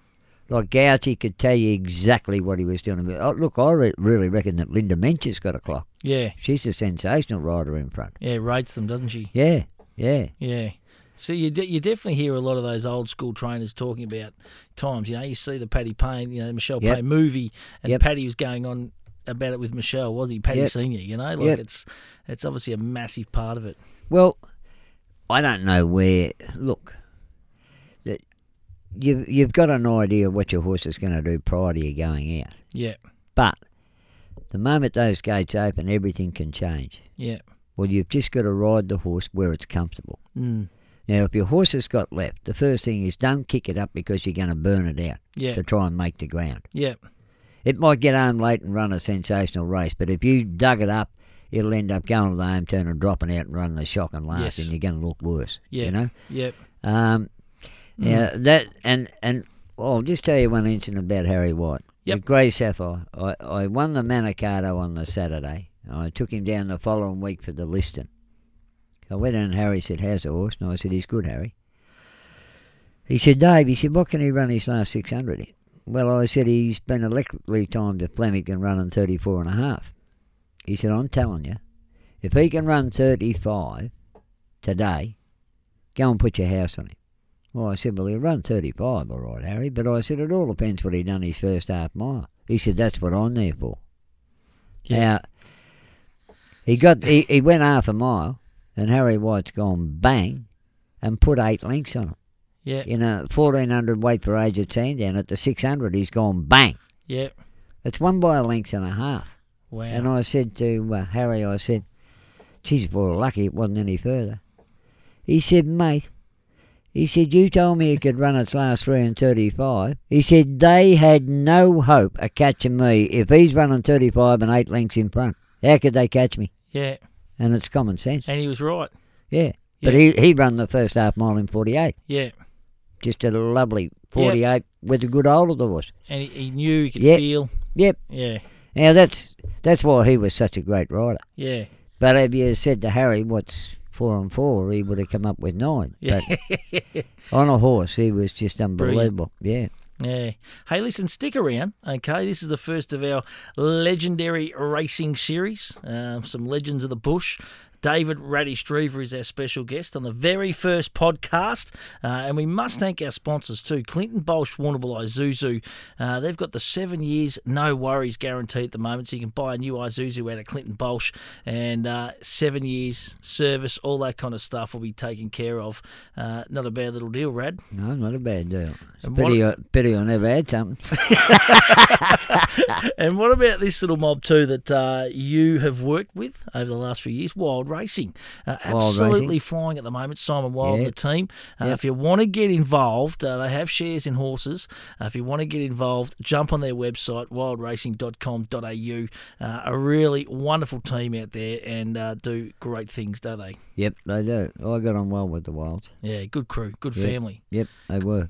Speaker 2: Like Gouchy could tell you exactly what he was doing. But, oh, look, I re- really reckon that Linda Mencher's got a clock.
Speaker 1: yeah.
Speaker 2: She's a sensational rider in front.
Speaker 1: Yeah. Rates them, doesn't she?
Speaker 2: Yeah, yeah.
Speaker 1: Yeah. So you de- you definitely hear a lot of those old school trainers talking about times. You know, you see the Paddy Payne, you know, the Michelle
Speaker 2: Yep.
Speaker 1: Payne movie, and
Speaker 2: Yep.
Speaker 1: Paddy was going on about it with Michelle, wasn't he? Paddy
Speaker 2: Yep.
Speaker 1: Senior. You know, like
Speaker 2: Yep.
Speaker 1: it's it's obviously a massive part of it.
Speaker 2: Well, I don't know where. Look, that you've you've got an idea what your horse is going to do prior to you going out,
Speaker 1: Yeah.
Speaker 2: but the moment those gates open, everything can change.
Speaker 1: Yeah.
Speaker 2: Well, you've just got to ride the horse where it's comfortable.
Speaker 1: Mm.
Speaker 2: Now, if your horse has got left, the first thing is don't kick it up because you're going to burn it out
Speaker 1: Yeah.
Speaker 2: to try and make the ground.
Speaker 1: Yeah.
Speaker 2: It might get home late and run a sensational race, but if you dug it up, it'll end up going to the home turn and dropping out and running the shock and last,
Speaker 1: Yes.
Speaker 2: and you're going to look worse.
Speaker 1: Yeah.
Speaker 2: You know.
Speaker 1: Yeah. Mm.
Speaker 2: Um, Yeah, that and and well, I'll just tell you one incident about Harry White.
Speaker 1: Yep.
Speaker 2: With Grey Sapphire, I, I won the Manicato on the Saturday. And I took him down the following week for the listing. I went in and Harry said, "How's the horse?" And I said, "He's good, Harry." He said, "Dave," he said, "What can he run his last 600 in?" Well, I said, "He's been electrically timed to Flemic and running 34 and a half." He said, "I'm telling you, if he can run 35 today, go and put your house on him." Well, I said, well, he'll run 35, all right, Harry. But I said, it all depends what he done his first half mile. He said, that's what I'm there for.
Speaker 1: Yeah.
Speaker 2: Now, he got he, he went half a mile, and Harry White's gone bang, and put eight links on him.
Speaker 1: Yeah.
Speaker 2: In a 1400 weight for age at Sandown, at the 600, he's gone bang.
Speaker 1: Yeah.
Speaker 2: It's one by a length and a half.
Speaker 1: Wow.
Speaker 2: And I said to uh, Harry, I said, geez, well, lucky it wasn't any further. He said, mate, he said, you told me it could run its last three and 35. He said, they had no hope of catching me if he's running 35 and eight lengths in front. How could they catch me?
Speaker 1: yeah.
Speaker 2: And it's common sense.
Speaker 1: And he was right.
Speaker 2: Yeah. But he, he run the first half mile in 48.
Speaker 1: Yeah.
Speaker 2: Just did a lovely 48 with a good hold of the horse.
Speaker 1: And he, he knew he could
Speaker 2: Yep.
Speaker 1: feel.
Speaker 2: Yep.
Speaker 1: Yeah.
Speaker 2: Now, that's, that's why he was such a great rider.
Speaker 1: Yeah.
Speaker 2: But if you said to Harry, what's four and four, he would have come up with nine.
Speaker 1: Yeah.
Speaker 2: But on a horse, he was just unbelievable.
Speaker 1: Yeah. Hey, listen, stick around. Okay, this is the first of our legendary racing series. Um, some legends of the bush. David Radish Drever is our special guest on the very first podcast. Uh, and we must thank our sponsors too Clinton Bolsch, Warnable Isuzu. Uh, they've got the seven years, no worries guarantee at the moment. So you can buy a new Isuzu out of Clinton Bolsch and uh, seven years service, all that kind of stuff will be taken care of. Uh, not a bad little deal, Rad.
Speaker 2: Yeah. No, not a bad deal. It's a
Speaker 1: And
Speaker 2: pity, I, pity I never had something.
Speaker 1: And what about this little mob too that uh, you have worked with over the last few years? Wild Racing, uh,
Speaker 2: Wild
Speaker 1: absolutely
Speaker 2: Racing.
Speaker 1: flying at the moment. Simon Wild and
Speaker 2: Yeah.
Speaker 1: the team. Uh,
Speaker 2: Yeah.
Speaker 1: If you want to get involved, uh, they have shares in horses. Uh, if you want to get involved, jump on their website wildracing.com.au. Uh, a really wonderful team out there and uh, do great things, don't they?
Speaker 2: Yep, they do. I got on well with the Wilds.
Speaker 1: Yeah, good crew, good
Speaker 2: Yeah.
Speaker 1: family.
Speaker 2: Yep, they were.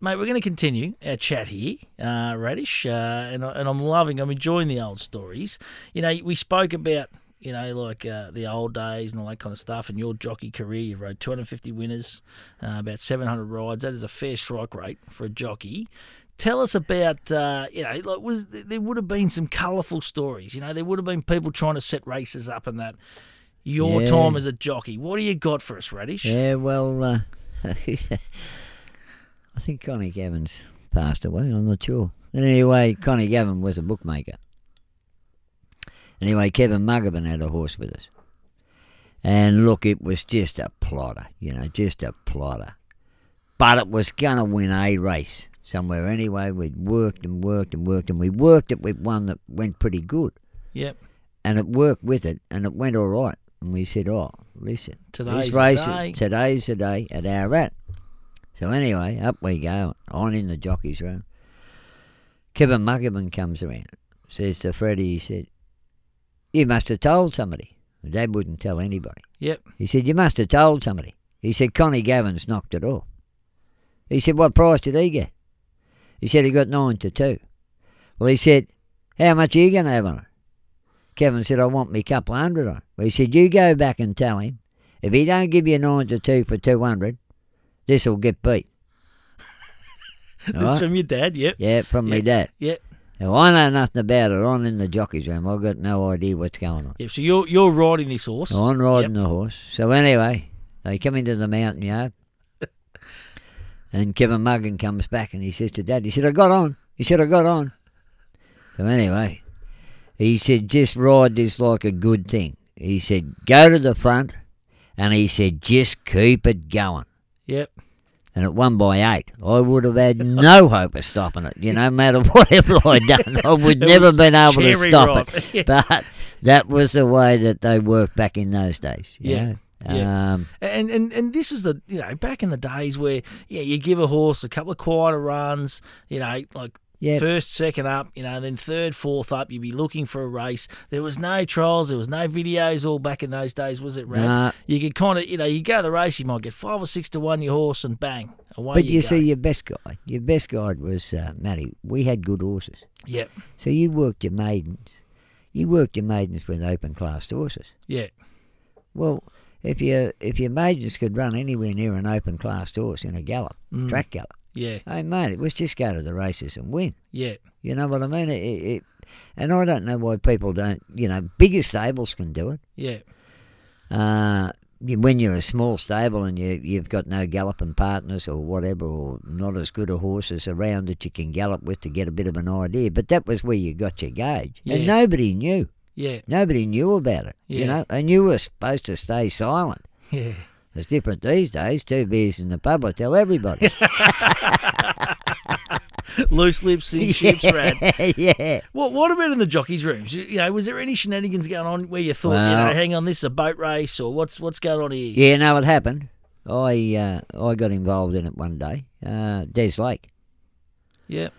Speaker 1: mate, we're going to continue our chat here, uh, Radish, uh, and I- and I'm loving, I'm enjoying the old stories. You know, we spoke about you know like uh, the old days and all that kind of stuff, and your jockey career. You rode 250 winners, uh, about 700 rides. That is a fair strike rate for a jockey. Tell us about uh, you know like was there would have been some colourful stories. You know, there would have been people trying to set races up and that. Your
Speaker 2: Yeah.
Speaker 1: time as a jockey. What do you got for us, Radish?
Speaker 2: Yeah, well, uh, I think Connie Gavins passed away. I'm not sure. But anyway, Connie Gavin was a bookmaker. Anyway, Kevin Muggerman had a horse with us. And look, it was just a plotter, you know, just a plotter. But it was going to win a race somewhere anyway. We'd worked and worked and worked, and we worked it with one that went pretty good.
Speaker 1: Yep.
Speaker 2: And it worked with it, and it went all right. And we said, oh, listen,
Speaker 1: Today's
Speaker 2: this
Speaker 1: the
Speaker 2: race is-
Speaker 1: day.
Speaker 2: today's the day at our rat. So anyway, up we go, on in the jockey's room. Kevin Muggerman comes around, says to Freddie, he said, You must have told somebody. Dad wouldn't tell anybody.
Speaker 1: Yep.
Speaker 2: He said, You must have told somebody. He said, Connie Gavin's knocked it off. He said, What price did he get? He said, He got nine to two. Well, he said, How much are you going to have on it? Kevin said, I want me couple hundred on it. Well, he said, You go back and tell him, if he don't give you nine to two for 200, this'll get beat.
Speaker 1: This
Speaker 2: Alright?
Speaker 1: from your dad. Yep.
Speaker 2: Yeah, from me
Speaker 1: Yep.
Speaker 2: dad.
Speaker 1: Yep.
Speaker 2: Now, I know nothing about it. I'm in the jockey's room. I've got no idea what's going on.
Speaker 1: Yep. So you're you're riding this horse.
Speaker 2: Oh, I'm riding the horse. So anyway, they come into the mountain yard, and Kevin Muggan comes back and he says to Dad, he said, "I got on." He said, "I got on." So anyway, he said, "Just ride this like a good thing." He said, "Go to the front," and he said, "Just keep it going."
Speaker 1: Yep.
Speaker 2: And it won by eight. I would have had no hope of stopping it. You know, no matter whatever I'd done, I would
Speaker 1: It
Speaker 2: never
Speaker 1: was
Speaker 2: been able to
Speaker 1: cherry
Speaker 2: stop it
Speaker 1: ripe. Yeah.
Speaker 2: but that was the way that they worked back in those days. you
Speaker 1: Yeah,
Speaker 2: know.
Speaker 1: yeah.
Speaker 2: Um,
Speaker 1: And, and and this is the you know back in the days where yeah you give a horse a couple of quieter runs you know like
Speaker 2: yeah.
Speaker 1: first second up you know and then third fourth up you'd be looking for a race there was no trials there was no videos all back in those days was it Rad?
Speaker 2: Nah.
Speaker 1: you could kind of you know you go to the race you might get five or six to one your horse and bang away
Speaker 2: But you,
Speaker 1: you go.
Speaker 2: see, your best guide, your best guide was uh, Matty. We had good horses,
Speaker 1: yep
Speaker 2: so you worked your maidens. You worked your maidens with open class horses.
Speaker 1: yeah
Speaker 2: Well, if your if your maidens could run anywhere near an open class horse in a gallop,
Speaker 1: Mm.
Speaker 2: track gallop,
Speaker 1: yeah
Speaker 2: hey mate, it was just go to the races and win.
Speaker 1: yeah
Speaker 2: You know what I mean? It, it, it, and I don't know why people don't. You know, bigger stables can do it.
Speaker 1: yeah
Speaker 2: uh, you- when you're a small stable and you, you've got no galloping partners or whatever, or not as good a horses around that you can gallop with to get a bit of an idea. But that was where you got your gauge. And
Speaker 1: Yeah.
Speaker 2: nobody knew.
Speaker 1: yeah
Speaker 2: Nobody knew about it. You
Speaker 1: Yeah.
Speaker 2: know, and you were supposed to stay silent.
Speaker 1: yeah
Speaker 2: It's different these days. Two beers in the pub, I tell everybody.
Speaker 1: loose lips in ships Rad.
Speaker 2: yeah.
Speaker 1: What What about in the jockeys' rooms? You, you know, was there any shenanigans going on where you thought, you know,
Speaker 2: Well-
Speaker 1: hang on, this is a boat race or what's what's going on here?
Speaker 2: Yeah, no, it happened. I uh, I got involved in it one day. Uh, Des Lake,
Speaker 1: Yep.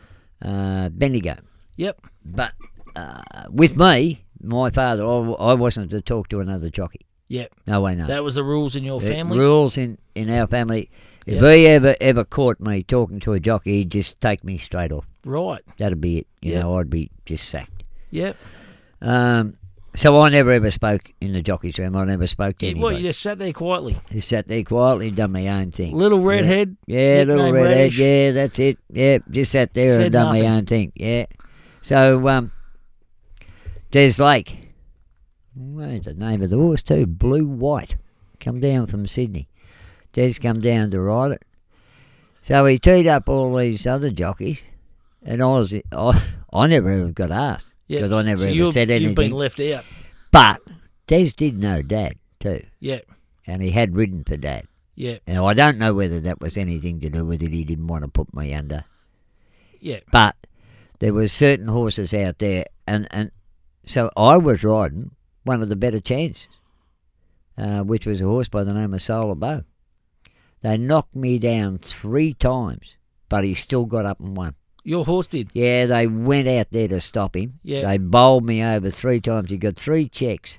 Speaker 2: uh, Bendigo.
Speaker 1: Yep.
Speaker 2: But uh, with me, my father, I, I wasn't to talk to another jockey.
Speaker 1: Yep.
Speaker 2: No way, no.
Speaker 1: That was the rules in your
Speaker 2: The
Speaker 1: family.
Speaker 2: rules in, in our family. If
Speaker 1: Yep.
Speaker 2: he ever ever caught me talking to a jockey, he'd just take me straight off.
Speaker 1: Right.
Speaker 2: That'd be it. You
Speaker 1: Yep.
Speaker 2: know, I'd be just sacked.
Speaker 1: Yep.
Speaker 2: Um, so I never ever spoke in the jockey's room. I never spoke to
Speaker 1: You- well, you
Speaker 2: anybody.
Speaker 1: just sat there quietly.
Speaker 2: Just sat there quietly, done my own thing.
Speaker 1: Little redhead.
Speaker 2: Yeah, little
Speaker 1: nickname
Speaker 2: redhead.
Speaker 1: Radish.
Speaker 2: Yeah, that's it. Yeah, just sat there
Speaker 1: Said
Speaker 2: and done my
Speaker 1: nothing.
Speaker 2: own thing. Yeah. So, um, Des Lake. What's the name of the horse too? Blue White. Come down from Sydney. Des come down to ride it. So he teed up all these other jockeys, and I was I, I never ever got asked
Speaker 1: Yep.
Speaker 2: because I never
Speaker 1: so
Speaker 2: ever
Speaker 1: you've,
Speaker 2: said
Speaker 1: You've been
Speaker 2: anything.
Speaker 1: left out.
Speaker 2: But Des did know Dad too,
Speaker 1: Yep.
Speaker 2: and he had ridden for Dad.
Speaker 1: Yep.
Speaker 2: Now, I don't know whether that was anything to do with it. He didn't want to put me under.
Speaker 1: Yep.
Speaker 2: But there were certain horses out there, and, and so I was riding one of the better chances, uh, which was a horse by the name of Solar Bow. They knocked me down three times, but he still got up and won.
Speaker 1: Your horse did.
Speaker 2: Yeah, they went out there to stop him.
Speaker 1: Yeah.
Speaker 2: They bowled me over three times. He got three checks.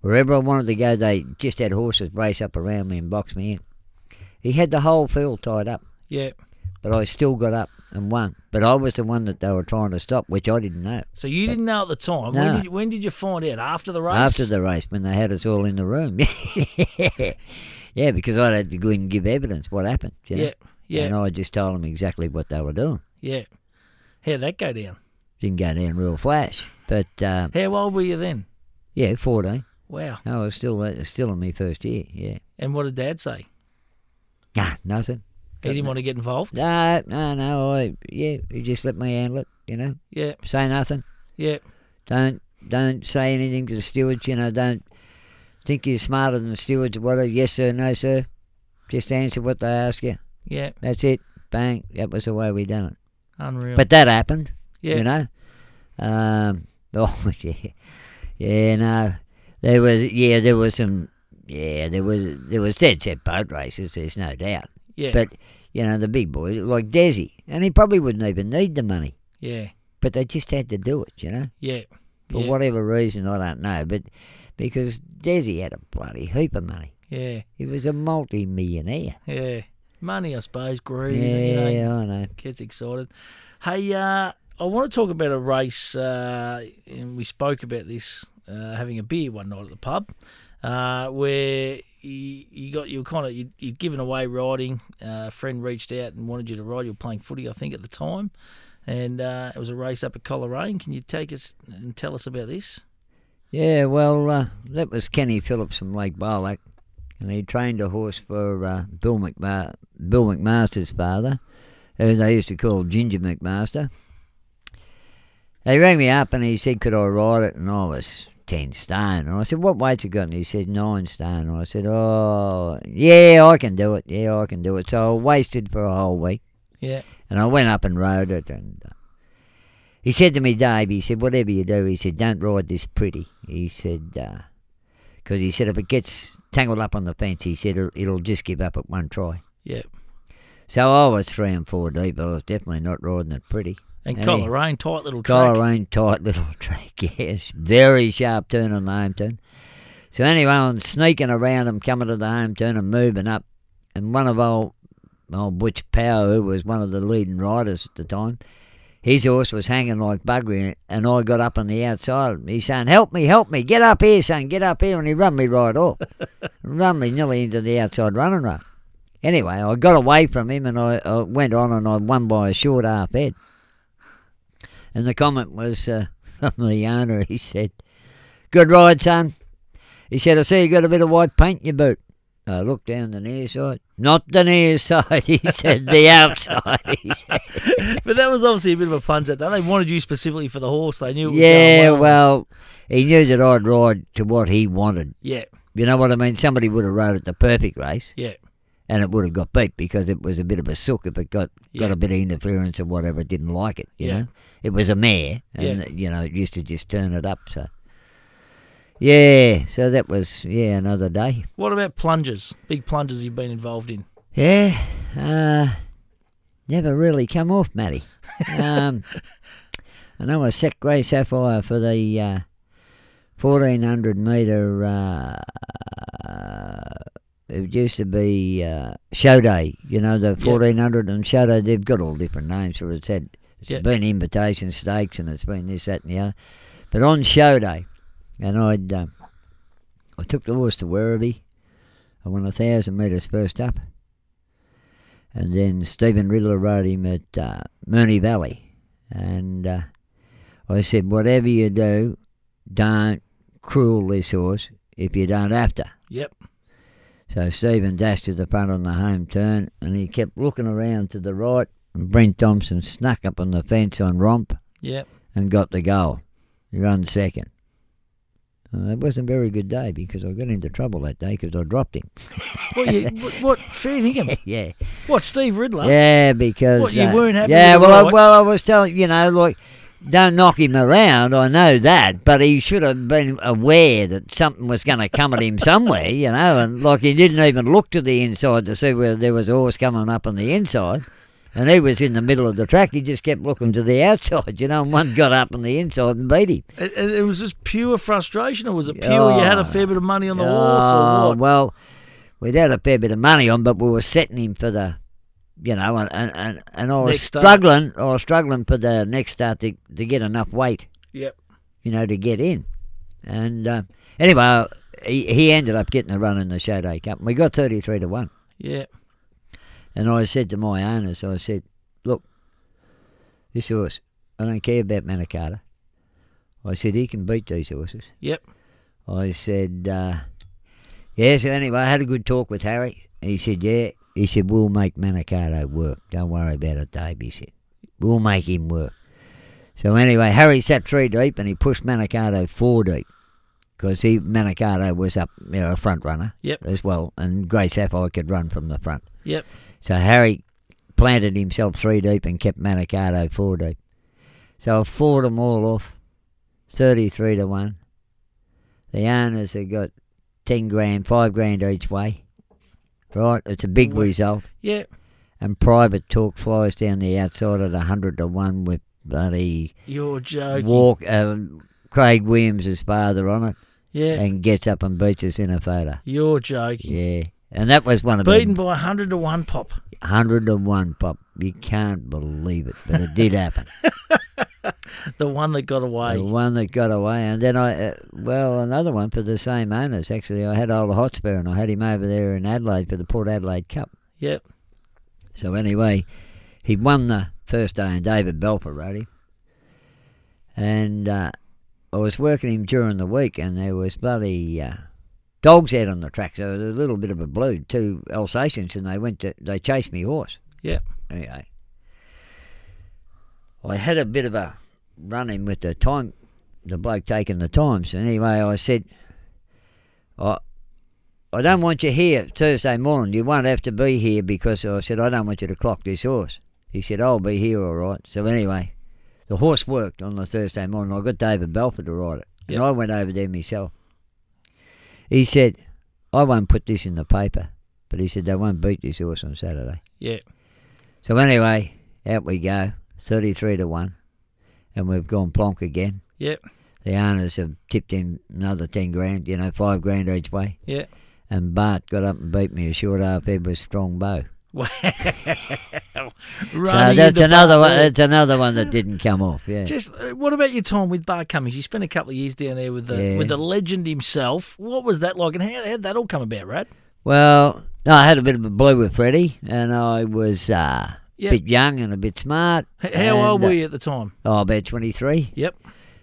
Speaker 2: Wherever I wanted to go, they just had horses race up around me and box me in. He had the whole field tied up,
Speaker 1: Yep.
Speaker 2: but I still got up and won. But I was the one that they were trying to stop, which I didn't know.
Speaker 1: So you didn't know at the time. When,
Speaker 2: No.
Speaker 1: did, when did you find out? After the race?
Speaker 2: After the race, when they had us all in the room. yeah, because I had to go in and give evidence what happened. You know?
Speaker 1: Yep. Yep.
Speaker 2: And I just told them exactly what they were doing.
Speaker 1: Yep. How'd that go down?
Speaker 2: Didn't go down real flash. But, uh,
Speaker 1: How old were you then?
Speaker 2: yeah, 14.
Speaker 1: Wow.
Speaker 2: No, I was still uh, still in my first year. Yeah.
Speaker 1: And what did Dad say?
Speaker 2: Nah, nothing.
Speaker 1: He didn't want to get involved?
Speaker 2: No, no, no. I yeah. You just let me handle it. You know,
Speaker 1: Yep.
Speaker 2: say nothing.
Speaker 1: Yep.
Speaker 2: Don't don't say anything to the stewards. You know, don't think you're smarter than the stewards or whatever. Yes sir, no sir. Just answer what they ask you.
Speaker 1: Yep.
Speaker 2: That's it. Bang. That was the way we done it.
Speaker 1: Unreal.
Speaker 2: But that happened.
Speaker 1: yeah.
Speaker 2: You know. Um. Oh yeah. Yeah. No. There was yeah. There was some. Yeah, there was there was dead set boat races. There's no doubt.
Speaker 1: yeah.
Speaker 2: But you know, the big boy like Desi, and he probably wouldn't even need the money,
Speaker 1: yeah.
Speaker 2: but they just had to do it. You know,
Speaker 1: Yeah.
Speaker 2: for
Speaker 1: Yeah.
Speaker 2: whatever reason, I don't know. But because Desi had a bloody heap of money.
Speaker 1: Yeah,
Speaker 2: He was a multi-millionaire.
Speaker 1: yeah. Money, I suppose,
Speaker 2: Yeah,
Speaker 1: greed. you know,
Speaker 2: I know.
Speaker 1: Kids excited. Hey, uh, I want to talk about a race, uh, and we spoke about this uh, having a beer one night at the pub, uh, where you, you got you were kind of you, you'd given away riding. Uh, a friend reached out and wanted you to ride. You were playing footy, I think, at the time, and uh, it was a race up at Coleraine. Can you take us and tell us about this?
Speaker 2: Yeah, well, uh, that was Kenny Phillips from Lake Barlack, and he trained a horse for uh, Bill, McMa- Bill McMaster's father, who they used to call Ginger McMaster. He rang me up and he said, Could I ride it? And I was 10 stone. And I said, What weight you got? And he said, 9 stone. And I said, Oh, yeah, I can do it. Yeah, I can do it. So I wasted for a whole week.
Speaker 1: Yeah,
Speaker 2: And I went up and rode it. And uh, he said to me, Dave, he said, whatever you do, he said, don't ride this pretty. He said, because he said, if it gets tangled up on the fence, he said, it'll, it'll just give up at one try.
Speaker 1: yeah.
Speaker 2: So I was three and four deep. I was definitely not riding it pretty.
Speaker 1: And
Speaker 2: Hey.
Speaker 1: Coleraine, tight little track.
Speaker 2: Coleraine tight little track, yes. Very sharp turn on the home turn. So anyway, I'm sneaking around, I'm coming to the home turn and moving up. And one of old, old Butch Power, who was one of the leading riders at the time, his horse was hanging like buggery, and I got up on the outside. He's saying, help me, help me, get up here, son, get up here. And he run me right off. run me nearly into the outside running rope. Anyway, I got away from him and I, I went on and I won by a short half head. And the comment was uh, from the owner. He said, Good ride, son. He said, I see you got a bit of white paint in your boot. I looked down the near side. Not the near side, he said, the outside. He said.
Speaker 1: but that was obviously a bit of a plunge at that. They wanted you specifically for the horse. They knew. It was
Speaker 2: Yeah,
Speaker 1: going
Speaker 2: well, he knew that I'd ride to what he wanted.
Speaker 1: Yeah,
Speaker 2: You know what I mean? Somebody would have rode at the perfect race
Speaker 1: yeah,
Speaker 2: and it would have got beat because it was a bit of a sook if it got,
Speaker 1: Yeah.
Speaker 2: got a bit of interference or whatever. It didn't like it, you
Speaker 1: Yeah.
Speaker 2: know? It was a mare and,
Speaker 1: Yeah.
Speaker 2: you know, it used to just turn it up, so. Yeah, so that was, yeah, another day.
Speaker 1: What about plungers? Big plungers you've been involved in?
Speaker 2: Yeah, uh, never really come off, Matty. Um, I know I set Grey Sapphire for the uh, 1400 metre, uh, it used to be uh, Show Day, you know, the 1400 and Show Day, they've got all different names for it. It's, had, it's
Speaker 1: Yeah.
Speaker 2: been invitation stakes and it's been this, that, and the other. But on Show Day, and I'd, um, I took the horse to Werribee. I won a thousand metres first up. And then Stephen Riddler rode him at uh, Moonee Valley. And uh, I said, whatever you do, don't cruel this horse if you don't have to.
Speaker 1: Yep.
Speaker 2: So Stephen dashed to the front on the home turn and he kept looking around to the right. And Brent Thompson snuck up on the fence on romp
Speaker 1: Yep.
Speaker 2: and got the goal. He run second. Uh, it wasn't a very good day because I got into trouble that day because I dropped him.
Speaker 1: What, you, what, what fair dinkum?
Speaker 2: yeah.
Speaker 1: What Steve Riddler?
Speaker 2: Yeah, because
Speaker 1: What, you
Speaker 2: uh,
Speaker 1: weren't happy
Speaker 2: Yeah,
Speaker 1: with the
Speaker 2: well, I,
Speaker 1: ride?
Speaker 2: well, I was telling you know, like, don't knock him around. I know that, but he should have been aware that something was going to come at him somewhere, you know, and like he didn't even look to the inside to see whether there was a horse coming up on the inside. And he was in the middle of the track. He just kept looking to the outside, you know. And one got up on the inside and beat him.
Speaker 1: It, it- it was just pure frustration, or was it pure you had a fair bit of money on the
Speaker 2: Oh,
Speaker 1: horse, or what?
Speaker 2: Well, we'd had a fair bit of money on, but we were setting him for the, you know, and and, and, and I was
Speaker 1: Next start.
Speaker 2: struggling. I was struggling for the next start to, to get enough weight,
Speaker 1: Yep.
Speaker 2: you know, to get in. And uh, anyway, he, he ended up getting a run in the Show Day Cup. We got thirty three to one.
Speaker 1: Yeah.
Speaker 2: And I said to my owners, I said, look, this horse, I don't care about Manicarta. I said he can beat these horses.
Speaker 1: Yep.
Speaker 2: I said, uh, yeah, so anyway, I had a good talk with Harry. He said, yeah. He said, we'll make Manicato work. Don't worry about it, Dave, he said. We'll make him work. So anyway, Harry sat three deep and he pushed Manicato four deep because he Manicato was up, you know, a front runner
Speaker 1: Yep.
Speaker 2: as well, and Grey Sapphire could run from the front.
Speaker 1: Yep.
Speaker 2: So Harry planted himself three deep and kept Manicato four deep. So I fought them all off, 33 to 1. The owners have got 10 grand, 5 grand each way. Right? It's a big
Speaker 1: Wait.
Speaker 2: result.
Speaker 1: Yeah.
Speaker 2: And private talk flies down the outside at 100 to 1 with bloody
Speaker 1: You're joking.
Speaker 2: walk, uh, Craig Williams' father on it
Speaker 1: Yeah,
Speaker 2: and gets up and beats us in a photo.
Speaker 1: you're joking.
Speaker 2: Yeah. And that was one of
Speaker 1: Beaten
Speaker 2: the
Speaker 1: by 100 to 1 pop.
Speaker 2: 101 pop. You can't believe it, but it did happen.
Speaker 1: The one that got away.
Speaker 2: The one that got away, and then I, uh, well, another one for the same owners. Actually, I had old Hotspur, and I had him over there in Adelaide for the Port Adelaide Cup.
Speaker 1: Yep.
Speaker 2: So anyway, he won the first day, and David Belfer rode him. And uh, I was working him during the week, and there was bloody uh, dogs out on the track. So there was a little bit of a blue, two Alsatians, and they went to they chased me horse.
Speaker 1: Yep.
Speaker 2: Anyway, I had a bit of a run in with the time, the bloke taking the times. And anyway, I said, I, I don't want you here Thursday morning. You won't have to be here because uh, I said, I don't want you to clock this horse. He said, I'll be here all right. So anyway, the horse worked on the Thursday morning. I got David Belford to ride it.
Speaker 1: Yep.
Speaker 2: And I went over there myself. He said, I won't put this in the paper. But he said, they won't beat this horse on Saturday.
Speaker 1: Yeah.
Speaker 2: So anyway, out we go, thirty-three to one, and we've gone plonk again.
Speaker 1: Yep.
Speaker 2: The owners have tipped in another ten grand, you know, five grand each way.
Speaker 1: Yeah.
Speaker 2: And Bart got up and beat me a short half head with a strong bow.
Speaker 1: Wow.
Speaker 2: so
Speaker 1: Running
Speaker 2: that's
Speaker 1: into
Speaker 2: another
Speaker 1: Bart eh?
Speaker 2: one.
Speaker 1: there.
Speaker 2: That's another one that didn't come off. Yeah.
Speaker 1: Just uh, what about your time with Bart Cummings? You spent a couple of years down there with the
Speaker 2: Yeah.
Speaker 1: with the legend himself. What was that like, and how how'd that all come about, Rad?
Speaker 2: Well, no, I had a bit of a blow with Freddie, and I was uh,
Speaker 1: Yeah.
Speaker 2: a bit young and a bit smart.
Speaker 1: H- How old
Speaker 2: and, uh,
Speaker 1: were you at the time?
Speaker 2: Oh, about twenty-three.
Speaker 1: Yep.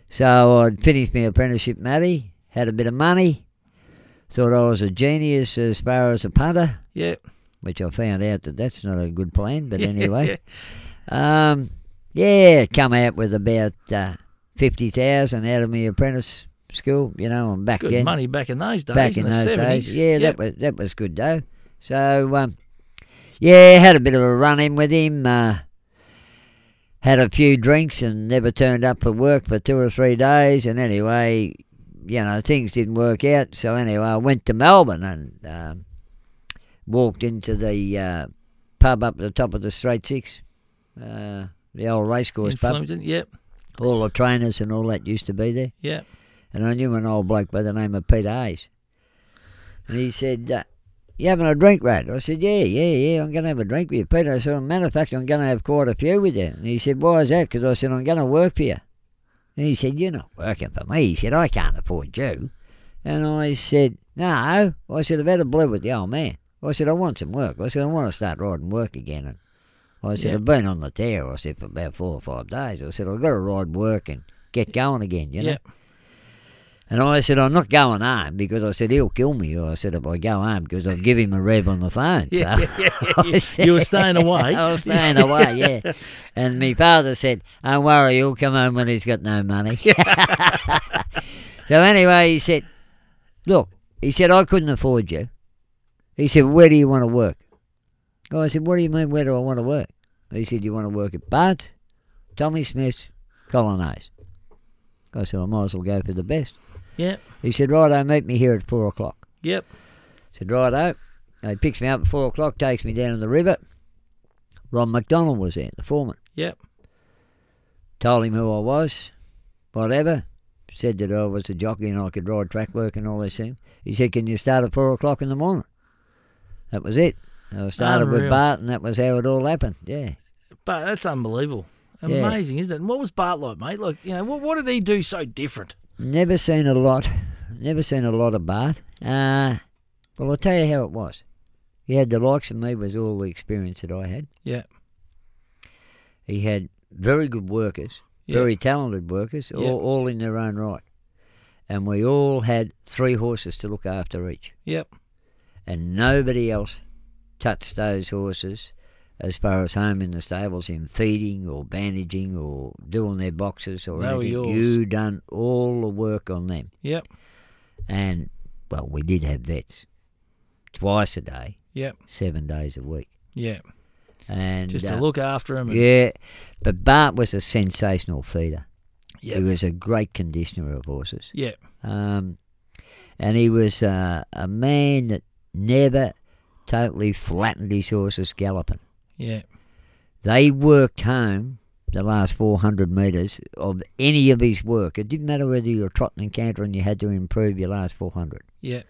Speaker 2: So I'd finished my apprenticeship, Matty, had a bit of money, thought I was a genius as far as a punter,
Speaker 1: Yep.
Speaker 2: which I found out that that's not a good plan, but anyway. um, yeah, come out with about uh, 50,000 out of my apprentice school, you know, and back
Speaker 1: Good
Speaker 2: then.
Speaker 1: money back in those days.
Speaker 2: back
Speaker 1: in,
Speaker 2: in
Speaker 1: the
Speaker 2: those
Speaker 1: 70s.
Speaker 2: days. Yeah,
Speaker 1: Yep.
Speaker 2: that was that was good though. So um, yeah, had a bit of a run in with him. Uh, had a few drinks and never turned up for work for two or three days. And anyway, you know things didn't work out. So anyway, I went to Melbourne and um, walked into the uh, pub up the top of the Straight Six, uh, the old racecourse
Speaker 1: in
Speaker 2: pub.
Speaker 1: Flemington. Yep.
Speaker 2: All the trainers and all that used to be there
Speaker 1: Yep.
Speaker 2: and I knew an old bloke by the name of Peter Hayes. And he said, uh, You having a drink, Rad? I said, Yeah, yeah, yeah, I'm going to have a drink with you, Peter. I said, "Well, Matter of fact, I'm going to have quite a few with you. And he said, Why is that? Because I said, I'm going to work for you. And he said, You're not working for me. He said, I can't afford you. And I said, No. I said, I've had a blue with the old man. I said, I want some work. I said, I want to start riding work again. And I said,
Speaker 1: Yeah.
Speaker 2: I've been on the tear, I said, for about four or five days. I said, I've got to ride work and get going again, you know?
Speaker 1: Yeah.
Speaker 2: And I said, I'm not going home because I said, he'll kill me. I said, if I go home because I'll give him a rev on the phone.
Speaker 1: Yeah,
Speaker 2: So-
Speaker 1: yeah, yeah, yeah. You were staying away.
Speaker 2: oh, I was staying away, yeah. And my father said, Don't worry, he'll come home when he's got no money. so anyway, he said, Look, he said, I couldn't afford you. He said, Where do you want to work? I said, What do you mean, where do I want to work? He said, You want to work at Bart, Tommy Smith, Colin Hayes. I said, I might as well go for the best.
Speaker 1: Yep.
Speaker 2: He said, Righto, meet me here at four o'clock.
Speaker 1: Yep.
Speaker 2: Said, righto. He picks me up at four o'clock, takes me down to the river. Ron McDonald was there, the foreman.
Speaker 1: Yep.
Speaker 2: Told him who I was, whatever. Said that I was a jockey and I could ride track work and all this thing. He said, Can you start at four o'clock in the morning? That was it. I started
Speaker 1: Unreal.
Speaker 2: with Bart and that was how it all happened. Yeah.
Speaker 1: But that's unbelievable.
Speaker 2: Yeah.
Speaker 1: Amazing, isn't it? And what was Bart like, mate? Like, you know, what, what did he do so different?
Speaker 2: Never seen a lot. Never seen a lot of Bart. Uh, well, I'll tell you how it was. He had the likes of me was all the experience that I had.
Speaker 1: Yeah.
Speaker 2: He had very good workers,
Speaker 1: Yeah.
Speaker 2: very talented workers,
Speaker 1: Yeah.
Speaker 2: all, all in their own right. And we all had three horses to look after each.
Speaker 1: Yep.
Speaker 2: And nobody else touched those horses as far as home in the stables in feeding or bandaging or doing their boxes or
Speaker 1: They were
Speaker 2: anything.
Speaker 1: yours.
Speaker 2: You done all the work on them.
Speaker 1: Yep.
Speaker 2: And, well, we did have vets twice a day,
Speaker 1: Yep.
Speaker 2: seven days a week.
Speaker 1: Yeah.
Speaker 2: And
Speaker 1: Just
Speaker 2: uh,
Speaker 1: to look after him. And,
Speaker 2: Yeah, but Bart was a sensational feeder. He
Speaker 1: Yep.
Speaker 2: was a great conditioner of horses.
Speaker 1: Yep.
Speaker 2: Um, and he was uh, a man that never totally flattened his horses galloping.
Speaker 1: Yeah.
Speaker 2: They worked home the last 400 metres of any of his work. It didn't matter whether you were trotting and cantering, you had to improve your last 400.
Speaker 1: Yeah.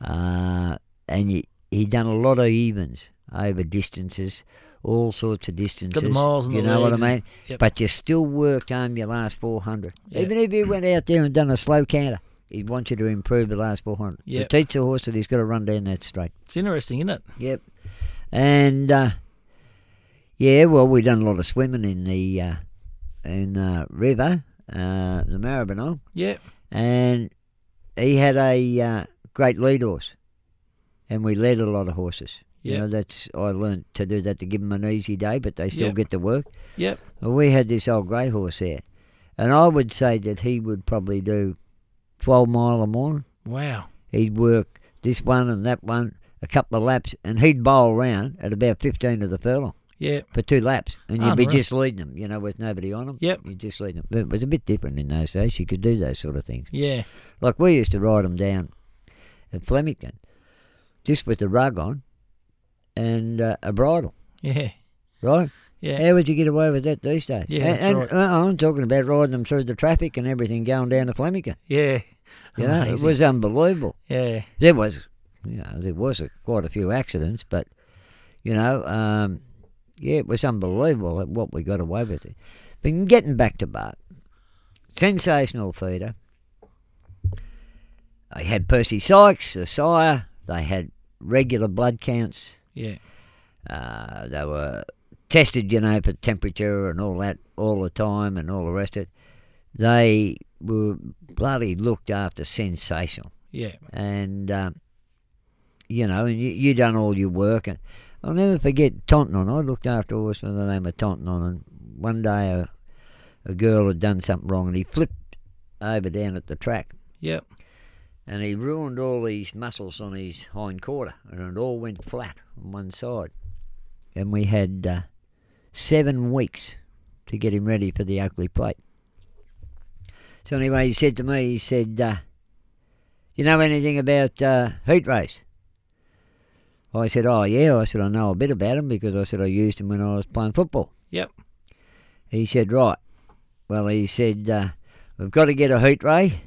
Speaker 2: Uh, and he, he done a lot of evens over distances, all sorts of distances.
Speaker 1: miles and
Speaker 2: you
Speaker 1: the
Speaker 2: know
Speaker 1: legs
Speaker 2: what I
Speaker 1: and-
Speaker 2: mean?
Speaker 1: yep.
Speaker 2: But you still worked home your last 400.
Speaker 1: Yeah.
Speaker 2: Even if you went out there and done a slow canter, he'd want you to improve the last 400.
Speaker 1: Yep.
Speaker 2: To teach the horse that he's got to run down that straight.
Speaker 1: It's interesting, isn't it?
Speaker 2: Yep. And uh, yeah, well, we done a lot of swimming in the uh, in uh, river, uh, the Maribyrnong,
Speaker 1: Yeah.
Speaker 2: and he had a uh, great lead horse, and we led a lot of horses. You
Speaker 1: Yep.
Speaker 2: know, that's I learned to do that to give them an easy day, but they still
Speaker 1: Yep.
Speaker 2: get to work.
Speaker 1: Yep.
Speaker 2: Well, we had this old grey horse here, and I would say that he would probably do twelve mile or more.
Speaker 1: Wow.
Speaker 2: He'd work this one and that one, a couple of laps, and he'd bowl round at about 15 of the furlong
Speaker 1: Yeah.
Speaker 2: for two laps. And you'd be
Speaker 1: Unreal.
Speaker 2: just leading them, you know, with nobody on them.
Speaker 1: Yep.
Speaker 2: You'd just lead them. But it was a bit different in those days. You could do those sort of things.
Speaker 1: Yeah.
Speaker 2: Like we used to ride them down at Flemington, just with the rug on and uh, a bridle,
Speaker 1: Yeah.
Speaker 2: right?
Speaker 1: Yeah.
Speaker 2: How would you get away with that these days?
Speaker 1: Yeah,
Speaker 2: A-
Speaker 1: that's
Speaker 2: and,
Speaker 1: right.
Speaker 2: uh, I'm talking about riding them through the traffic and everything going down to Flemington.
Speaker 1: Yeah.
Speaker 2: You know,
Speaker 1: Amazing.
Speaker 2: it was unbelievable.
Speaker 1: Yeah.
Speaker 2: there was, you know, there was a, quite a few accidents, but you know, um, yeah, it was unbelievable at what we got away with. It. But getting back to Bart, sensational feeder. They had Percy Sykes, the sire. They had regular blood counts.
Speaker 1: Yeah.
Speaker 2: Uh, they were tested, you know, for temperature and all that all the time and all the rest of it. They were bloody looked after sensational
Speaker 1: Yeah.
Speaker 2: and um, you know, and you, you done all your work. And I'll never forget Tonton. I looked after a horse by the name of Tonton, and one day a, a girl had done something wrong, and he flipped over down at the track,
Speaker 1: Yep.
Speaker 2: and he ruined all these muscles on his hind quarter, and it all went flat on one side. And we had uh, seven weeks to get him ready for the Oakley Plate. So anyway, he said to me, he said, uh, "You know anything about uh, heat race?" I said, "Oh yeah." I said, "I know a bit about him because I said I used him when I was playing football."
Speaker 1: Yep.
Speaker 2: He said, "Right." Well, he said, uh, "We've got to get a heat ray,"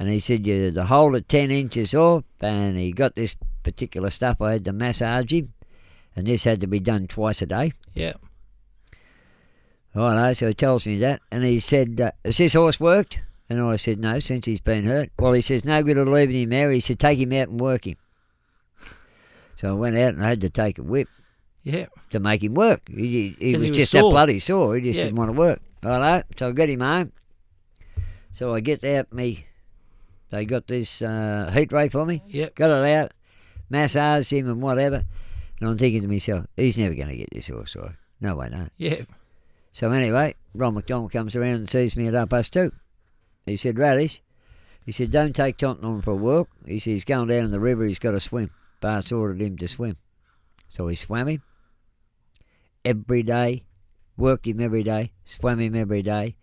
Speaker 2: and he said, "You the hole at ten inches off," and he got this particular stuff. I had to massage him, and this had to be done twice a day.
Speaker 1: Yep.
Speaker 2: Righto, so he tells me that, and he said, uh, "Has this horse worked?" And I said, "No, since he's been hurt." Well, he says, "No good at leaving him out." He said, "Take him out and work him." So I went out and I had to take a whip
Speaker 1: Yep.
Speaker 2: to make him work. He, he, he
Speaker 1: 'Cause
Speaker 2: was
Speaker 1: he was
Speaker 2: just
Speaker 1: sore.
Speaker 2: that bloody sore. He just
Speaker 1: Yeah.
Speaker 2: didn't want to work. Righto, so I got him home. So I get out me. They got this uh, heat ray for me.
Speaker 1: Yep.
Speaker 2: Got it out, massaged him and whatever. And I'm thinking to myself, he's never going to get this horse right. No way, no.
Speaker 1: Yep.
Speaker 2: So anyway, Ron McDonald comes around and sees me at half past two. He said, Radish, he said, don't take Tonton on for a walk. He said, he's going down in the river, he's got to swim. Bart's ordered him to swim. So he swam him every day, worked him every day, swam him every day.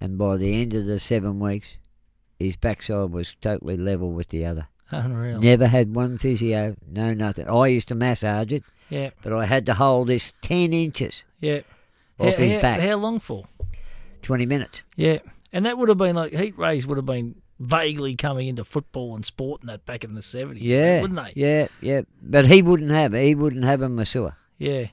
Speaker 2: And by the end of the seven weeks, his backside was totally level with the other.
Speaker 1: Unreal.
Speaker 2: Never had one physio, no nothing. I used to massage it,
Speaker 1: Yep.
Speaker 2: but I had to hold this 10 inches,
Speaker 1: Yep.
Speaker 2: Off
Speaker 1: how,
Speaker 2: his
Speaker 1: how-
Speaker 2: back.
Speaker 1: how long for?
Speaker 2: 20 minutes.
Speaker 1: Yeah. And that would have been like heat rays would have been vaguely coming into football and sport and that back in the seventies,
Speaker 2: Yeah,
Speaker 1: wouldn't they?
Speaker 2: Yeah, yeah. But he wouldn't have he wouldn't have a masseur.
Speaker 1: Yeah.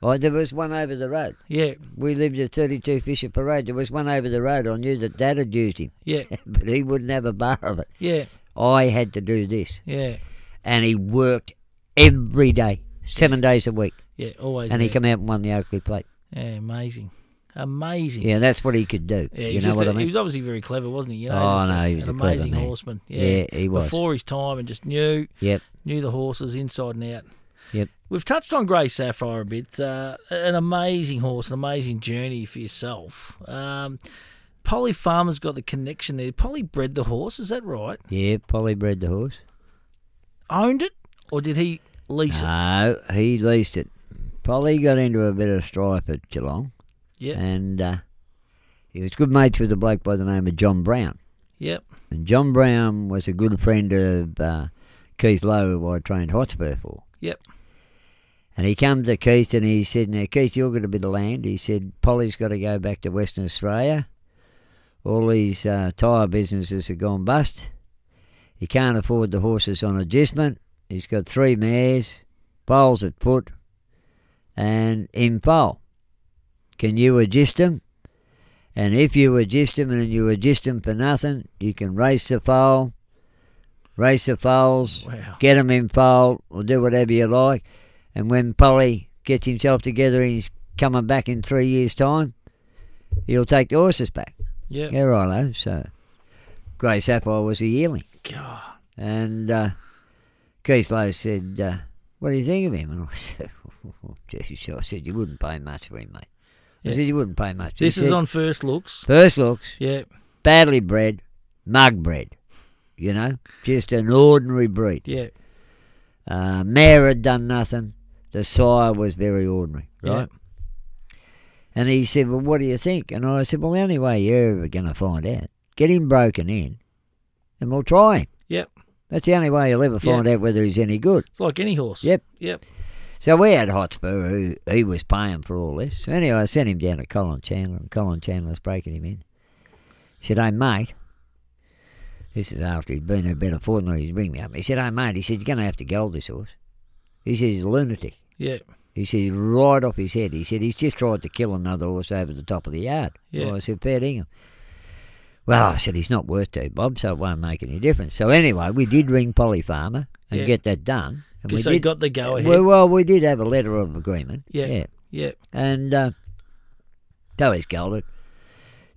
Speaker 2: Oh, there was one over the road.
Speaker 1: Yeah.
Speaker 2: We lived at 32 Fisher Parade. There was one over the road. I knew that Dad had used him,
Speaker 1: Yeah.
Speaker 2: but he wouldn't have a bar of it.
Speaker 1: Yeah.
Speaker 2: I had to do this,
Speaker 1: Yeah.
Speaker 2: and he worked every day, seven days a week,
Speaker 1: Yeah. Always.
Speaker 2: and he
Speaker 1: there.
Speaker 2: come out and won the Oakley Plate.
Speaker 1: Yeah, amazing. Amazing.
Speaker 2: Yeah, that's what he could do.
Speaker 1: Yeah, he
Speaker 2: you
Speaker 1: was
Speaker 2: know
Speaker 1: just
Speaker 2: what
Speaker 1: a-
Speaker 2: I mean?
Speaker 1: He was obviously very clever, wasn't he? You know,
Speaker 2: Oh,
Speaker 1: just a-
Speaker 2: no, he was
Speaker 1: an
Speaker 2: a clever
Speaker 1: amazing
Speaker 2: man.
Speaker 1: horseman.
Speaker 2: yeah, he was.
Speaker 1: Before his time, and just knew
Speaker 2: Yep.
Speaker 1: knew the horses inside and out.
Speaker 2: Yep.
Speaker 1: We've touched on Grey Sapphire a bit. Uh, an amazing horse, an amazing journey for yourself. Um, Polly Farmer's got the connection there. Polly bred the horse, is that right?
Speaker 2: Yeah, Polly bred the horse.
Speaker 1: Owned it, or did he lease it?
Speaker 2: No, he leased it. Polly got into a bit of strife at Geelong.
Speaker 1: Yep,
Speaker 2: and uh, he was good mates with a bloke by the name of John Brown.
Speaker 1: yep,
Speaker 2: And John Brown was a good friend of uh, Keith Lowe, who I trained Hotspur for.
Speaker 1: Yep.
Speaker 2: And he come to Keith and he said, Now, Keith, you've got a bit of land. He said, Polly's got to go back to Western Australia. All these uh, tyre businesses have gone bust. He can't afford the horses on adjustment. He's got three mares, foals at foot, and in foal. Can you adjust them? And if you adjust them and you adjust them for nothing, you can race the foal, race the foals,
Speaker 1: Wow.
Speaker 2: get him in foal or do whatever you like. And when Polly gets himself together and he's coming back in three years' time, he'll take the horses back.
Speaker 1: Yeah.
Speaker 2: Yeah, righto. So, Grey Sapphire was a yearling.
Speaker 1: God.
Speaker 2: And uh, Keith Lowe said, uh, What do you think of him? And I said, oh, geez. I said, You wouldn't pay much for him, mate. I
Speaker 1: Yeah.
Speaker 2: said, You wouldn't pay much. He
Speaker 1: This is
Speaker 2: said,
Speaker 1: on first looks.
Speaker 2: First looks,
Speaker 1: Yeah.
Speaker 2: badly bred, mug bred. You know, just an ordinary breed.
Speaker 1: Yeah.
Speaker 2: Uh, Mare had done nothing. The sire was very ordinary,
Speaker 1: Yeah.
Speaker 2: right? And he said, Well, what do you think? And I said, Well, the only way you're ever going to find out, get him broken in and we'll try him.
Speaker 1: Yep.
Speaker 2: That's the only way you'll ever
Speaker 1: Yeah.
Speaker 2: find out whether he's any good.
Speaker 1: It's like any horse.
Speaker 2: Yep.
Speaker 1: Yep.
Speaker 2: So we had Hotspur, who he was paying for all this. So anyway, I sent him down to Colin Chandler, and Colin Chandler's breaking him in. He said, Hey, mate. This is after he'd been there about a fortnight. He'd ring me up. He said, Hey, mate. He said, You're going to have to gold this horse. He said, He's a lunatic.
Speaker 1: Yeah.
Speaker 2: He said, "He's right off his head. He said, he's just tried to kill another horse over the top of the yard.
Speaker 1: Yeah.
Speaker 2: Well, I said, fair dinkum. Well, I said, he's not worth two, Bob, so it won't make any difference. So anyway, we did ring Polly Farmer and
Speaker 1: Yeah.
Speaker 2: get that done. And we
Speaker 1: Because they
Speaker 2: did,
Speaker 1: got the go ahead.
Speaker 2: well, well, we did have a letter of agreement.
Speaker 1: Yeah. yeah.
Speaker 2: And uh, that was golden.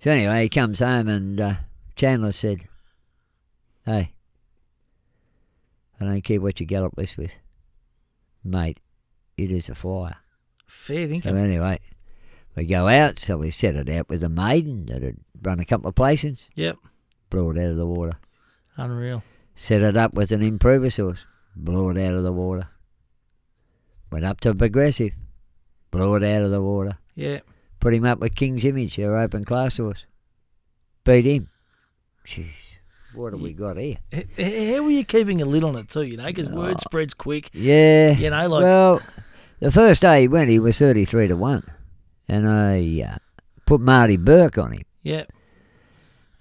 Speaker 2: So anyway, he comes home and uh, Chandler said, hey, I don't care what you gallop this with. Mate, it is a flyer.
Speaker 1: Fair
Speaker 2: So
Speaker 1: income.
Speaker 2: anyway, we go out, so we set it out with a maiden that had run a couple of places,
Speaker 1: Yep.
Speaker 2: blew it out of the water.
Speaker 1: Unreal.
Speaker 2: Set it up with an improver source, blew it out of the water. Went up to progressive, blew it out of the water.
Speaker 1: Yeah.
Speaker 2: Put him up with King's Image, our open class horse. Beat him. Jeez, what have we got here?
Speaker 1: H- h- How were you keeping a lid on it too? You know, because
Speaker 2: Oh.
Speaker 1: word spreads quick.
Speaker 2: Yeah.
Speaker 1: You know, like
Speaker 2: well, the first day he went, he was 33 to 1. And I uh, put Marty Burke on him.
Speaker 1: yeah,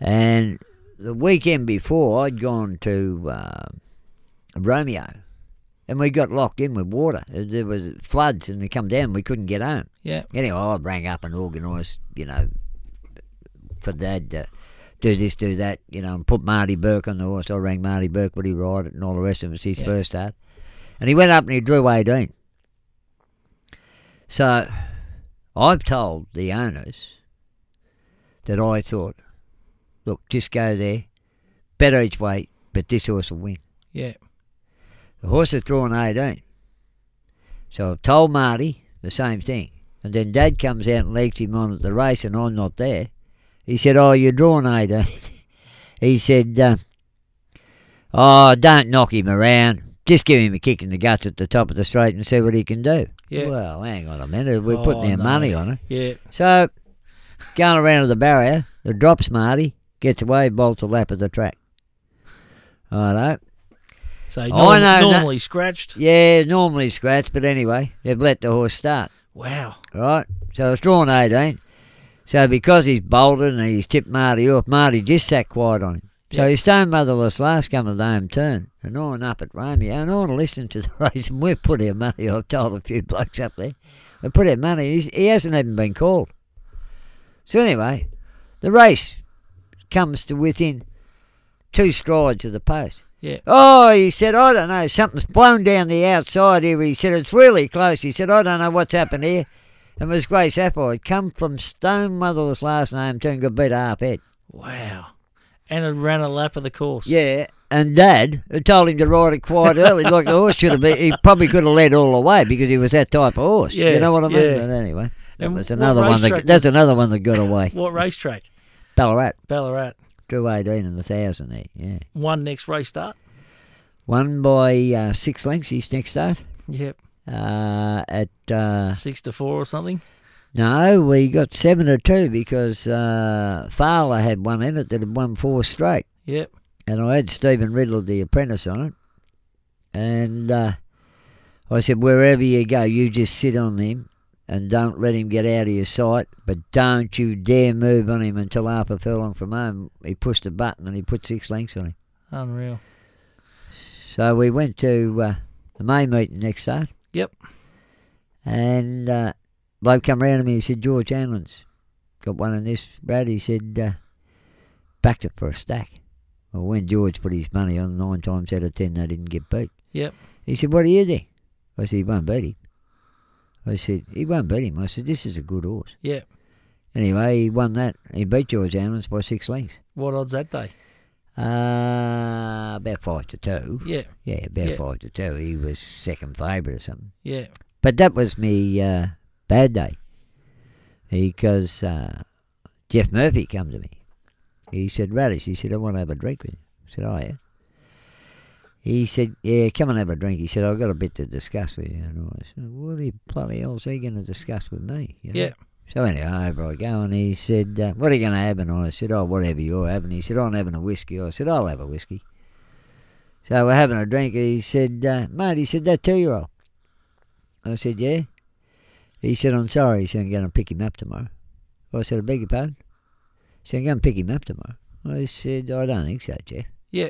Speaker 2: And the weekend before, I'd gone to um Romeo, and we got locked in with water. There was floods, and they come down. We couldn't get home.
Speaker 1: yeah,
Speaker 2: Anyway, I rang up and organised, you know, for Dad to do this, do that, you know, and put Marty Burke on the horse. I rang Marty Burke, would he ride it, and all the rest of it. It's his
Speaker 1: Yeah.
Speaker 2: first start. And he went up and he drew 18. So I've told the owners that I thought, look, just go there, better each way, but this horse will win.
Speaker 1: yeah,
Speaker 2: The horse has drawn 18. So I've told Marty the same thing. And then Dad comes out and legs him on at the race, and I'm not there. He said, Oh, you're drawn 18. he said, uh, Oh, don't knock him around. Just give him a kick in the guts at the top of the straight and see what he can do.
Speaker 1: Yeah.
Speaker 2: Well, hang on a minute. We're putting
Speaker 1: Oh,
Speaker 2: our
Speaker 1: no.
Speaker 2: money on it.
Speaker 1: yeah,
Speaker 2: So, going around to the barrier, it drops Marty, gets away, bolts a lap of the track. Righto.
Speaker 1: So
Speaker 2: Oh, I
Speaker 1: norm-
Speaker 2: know that-
Speaker 1: normally scratched.
Speaker 2: Yeah, normally scratch, but anyway, they've let the horse start,
Speaker 1: Wow.
Speaker 2: right? So it's drawn 18. eh? So because he's bolted and he's tipped Marty off, Marty just sat quiet on him. So
Speaker 1: Yeah.
Speaker 2: his stone motherless last come of the home turn, and on up at Romeo, and on listening to the race, and we've put our money, I've told a few blokes up there, we put our money, he's, he hasn't even been called. So anyway, the race comes to within two strides of the post.
Speaker 1: Yeah,
Speaker 2: Oh, he said, I don't know. Something's blown down the outside here. He said, it's really close. He said, I don't know what's happened here. And it was Grace Apple. Had come from Stone Motherless last name, turned got beat half head.
Speaker 1: wow. And it ran a lap of the course.
Speaker 2: Yeah. And Dad, who told him to ride it quite early, like the horse should have been, he probably could have led all the way because he was that type of horse.
Speaker 1: Yeah,
Speaker 2: you know what I mean?
Speaker 1: yeah.
Speaker 2: But anyway, that
Speaker 1: And
Speaker 2: was
Speaker 1: what
Speaker 2: another one.
Speaker 1: racetrack
Speaker 2: That, that's another one that got away.
Speaker 1: What racetrack?
Speaker 2: Ballarat
Speaker 1: Ballarat.
Speaker 2: drew 18 and the thousand there. Yeah.
Speaker 1: One next race start.
Speaker 2: Won by uh, six lengths his next start
Speaker 1: Yep.
Speaker 2: uh, at. Uh,
Speaker 1: Six to four or something.
Speaker 2: No, we got seven or two because uh, Fowler had one in it that had won four straight,
Speaker 1: Yep.
Speaker 2: and I had Stephen Riddle, the apprentice, on it, and uh, I said, wherever you go, you just sit on him and don't let him get out of your sight, but don't you dare move on him until half a furlong from home. He pushed a button and he put six lengths on him.
Speaker 1: Unreal.
Speaker 2: So we went to uh, the May meeting next start.
Speaker 1: Yep.
Speaker 2: And uh, bloke come round to me, he said, George Hanlon's got one in this, Brad. He said, uh, backed it for a stack. Well, when George put his money on, nine times out of ten, they didn't get beat.
Speaker 1: Yep.
Speaker 2: He said, what do you do? I said, he won't beat him. I said, he won't beat him. I said, this is a good horse.
Speaker 1: Yeah.
Speaker 2: Anyway, he won that. He beat George Hanlon's by six lengths.
Speaker 1: What odds that day?
Speaker 2: Uh, about five to two.
Speaker 1: Yeah.
Speaker 2: Yeah, about
Speaker 1: Yeah.
Speaker 2: five to two. He was second favourite or something.
Speaker 1: Yeah.
Speaker 2: But that was me uh, bad day because uh, Jeff Murphy come to me. He said, Radish, he said, I want to have a drink with you. I said, oh, yeah. He said, yeah, come and have a drink. He said, I've got a bit to discuss with you. And I said, what the bloody hell's he going to discuss with me? you know?
Speaker 1: Yeah.
Speaker 2: So anyway, over I go, and he said, uh, what are you going to have? And I said, oh, whatever you're having. He said, "Oh, I'm having a whiskey. I said, I'll have a whiskey. So we're having a drink. He said, uh, mate, he said, that two-year-old. I said, yeah. He said, I'm sorry. He said, I'm going to pick him up tomorrow. I said, I beg your pardon? He said, I'm going to pick him up tomorrow. I said, I don't think so, Jeff.
Speaker 1: Yeah.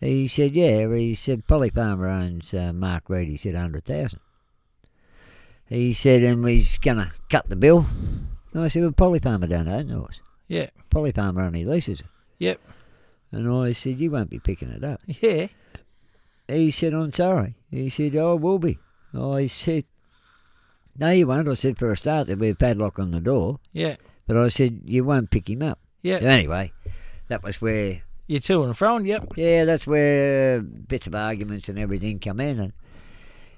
Speaker 2: He said, yeah. He said, Polly Farmer owns uh, Mark Reed. He said, 100000 He said, and we's going to cut the bill. And I said, well, Polly Farmer don't own yours.
Speaker 1: Yeah.
Speaker 2: Polly Farmer only leases it.
Speaker 1: Yep.
Speaker 2: And I said, you won't be picking it up.
Speaker 1: Yeah.
Speaker 2: He said, I'm sorry. He said, I will be. I said, no, you won't. I said, for a start, there'll be a padlock on the door.
Speaker 1: Yeah.
Speaker 2: But I said, you won't pick him up.
Speaker 1: Yeah.
Speaker 2: Anyway, that was where,
Speaker 1: You're to and fro. Yep.
Speaker 2: yeah, that's where bits of arguments and everything come in. And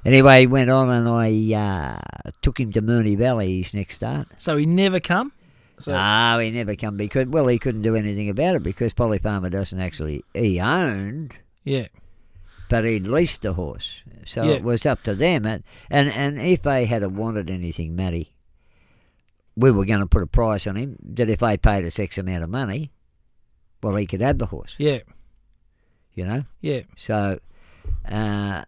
Speaker 2: anyway, he went on and I uh, took him to Mooney Valley, his next start.
Speaker 1: So he never come. So
Speaker 2: No, he never come because, well, he couldn't do anything about it because Polly Farmer doesn't actually, he owned
Speaker 1: yeah.
Speaker 2: but he leased the horse, so
Speaker 1: Yeah.
Speaker 2: it was up to them. And, and and if they had have wanted anything, Matty, we were going to put a price on him that if they paid us X amount of money, well, he could have the horse,
Speaker 1: Yeah.
Speaker 2: you know.
Speaker 1: Yeah.
Speaker 2: So uh,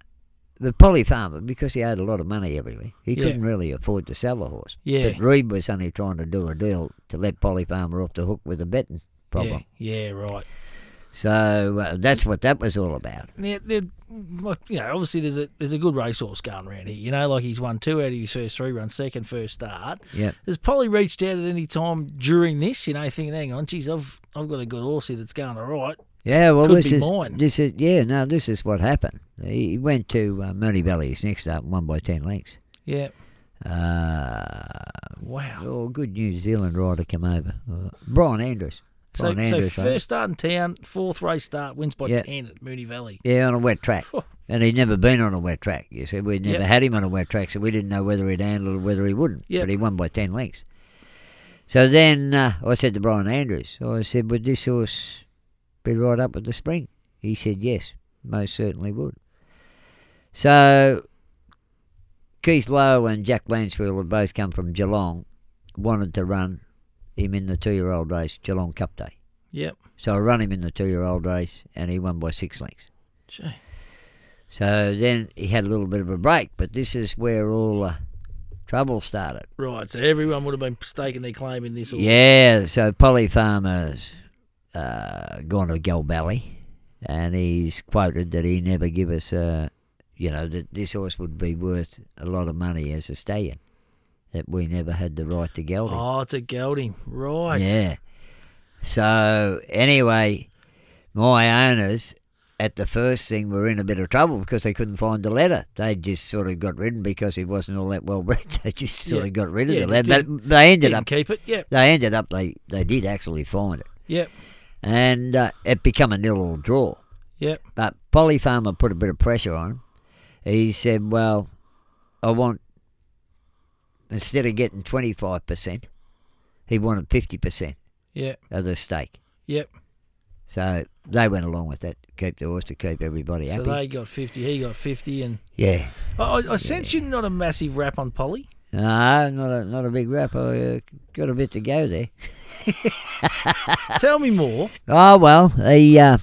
Speaker 2: the Polly Farmer, because he had a lot of money everywhere, he
Speaker 1: Yeah.
Speaker 2: couldn't really afford to sell the horse.
Speaker 1: Yeah.
Speaker 2: But Reed was only trying to do a deal to let Polly Farmer off the hook with a betting problem.
Speaker 1: Yeah. Yeah. Right.
Speaker 2: So uh, that's what that was all about.
Speaker 1: Now, there- like, you know, obviously there's a there's a good racehorse going around here. You know, like he's won two out of his first three runs, second first start.
Speaker 2: Yeah.
Speaker 1: Has Polly reached out at any time during this? You know, thinking, hang on, geez, I've I've got a good horse here that's going all right.
Speaker 2: Yeah, well,
Speaker 1: Could
Speaker 2: this
Speaker 1: be
Speaker 2: is
Speaker 1: mine.
Speaker 2: this is yeah. No, this is what happened. He he went to uh, Mooney Valley's next up, one by ten lengths.
Speaker 1: Yeah.
Speaker 2: Uh,
Speaker 1: Wow.
Speaker 2: oh, good New Zealand rider come over, uh, Brian Andrews.
Speaker 1: So,
Speaker 2: Brian
Speaker 1: so
Speaker 2: Andrews,
Speaker 1: first
Speaker 2: rather.
Speaker 1: start in town, fourth race start, wins by
Speaker 2: eh? Yeah.
Speaker 1: ten at Mooney Valley.
Speaker 2: yeah, on a wet track,
Speaker 1: Phew.
Speaker 2: and he'd never been on a wet track. You see, we'd never
Speaker 1: Yep.
Speaker 2: had him on a wet track, so we didn't know whether he'd handle it or whether he wouldn't.
Speaker 1: Yep.
Speaker 2: But he won by ten lengths. So then uh, I said to Brian Andrews, I said, "Would this horse be right up with the spring?" He said, "Yes, most certainly would." So Keith Lowe and Jack Lansfield had both come from Geelong, wanted to run him in the two-year-old race, Geelong Cup Day.
Speaker 1: Yep.
Speaker 2: So I run him in the two-year-old race, and he won by six lengths.
Speaker 1: Gee.
Speaker 2: So then he had a little bit of a break, but this is where all uh, trouble started.
Speaker 1: Right. So everyone would have been staking their claim in this. horse.
Speaker 2: Yeah, so Polly Farmer's uh, gone to Galbally, and he's quoted that he never give us, uh, you know, that this horse would be worth a lot of money as a stallion, that we never had the right to geld him.
Speaker 1: Oh, to geld him. Right.
Speaker 2: Yeah. So anyway, my owners at the first thing were in a bit of trouble because they couldn't find the letter. They just sort of got rid of him because he wasn't all that well bred. They just sort
Speaker 1: Yeah.
Speaker 2: of got rid of
Speaker 1: Yeah,
Speaker 2: the
Speaker 1: just
Speaker 2: letter. But they ended
Speaker 1: Didn't
Speaker 2: up
Speaker 1: keep it. Yep.
Speaker 2: they ended up they, they did actually find it.
Speaker 1: Yep.
Speaker 2: And uh, it become a nil all draw.
Speaker 1: Yep.
Speaker 2: But Polly Farmer put a bit of pressure on him. He said, Well, I want, instead of getting 25%, he wanted 50%
Speaker 1: Yep.
Speaker 2: of the stake.
Speaker 1: Yep.
Speaker 2: So they went along with that to keep the horse, to keep everybody happy.
Speaker 1: So they got fifty. He got fifty, and
Speaker 2: yeah.
Speaker 1: I, I I sense you're not a massive rap on Polly.
Speaker 2: No, not a, not a big rap. I uh, got a bit to go there.
Speaker 1: Tell me
Speaker 2: Ah,
Speaker 1: more.
Speaker 2: Oh, well, he, uh,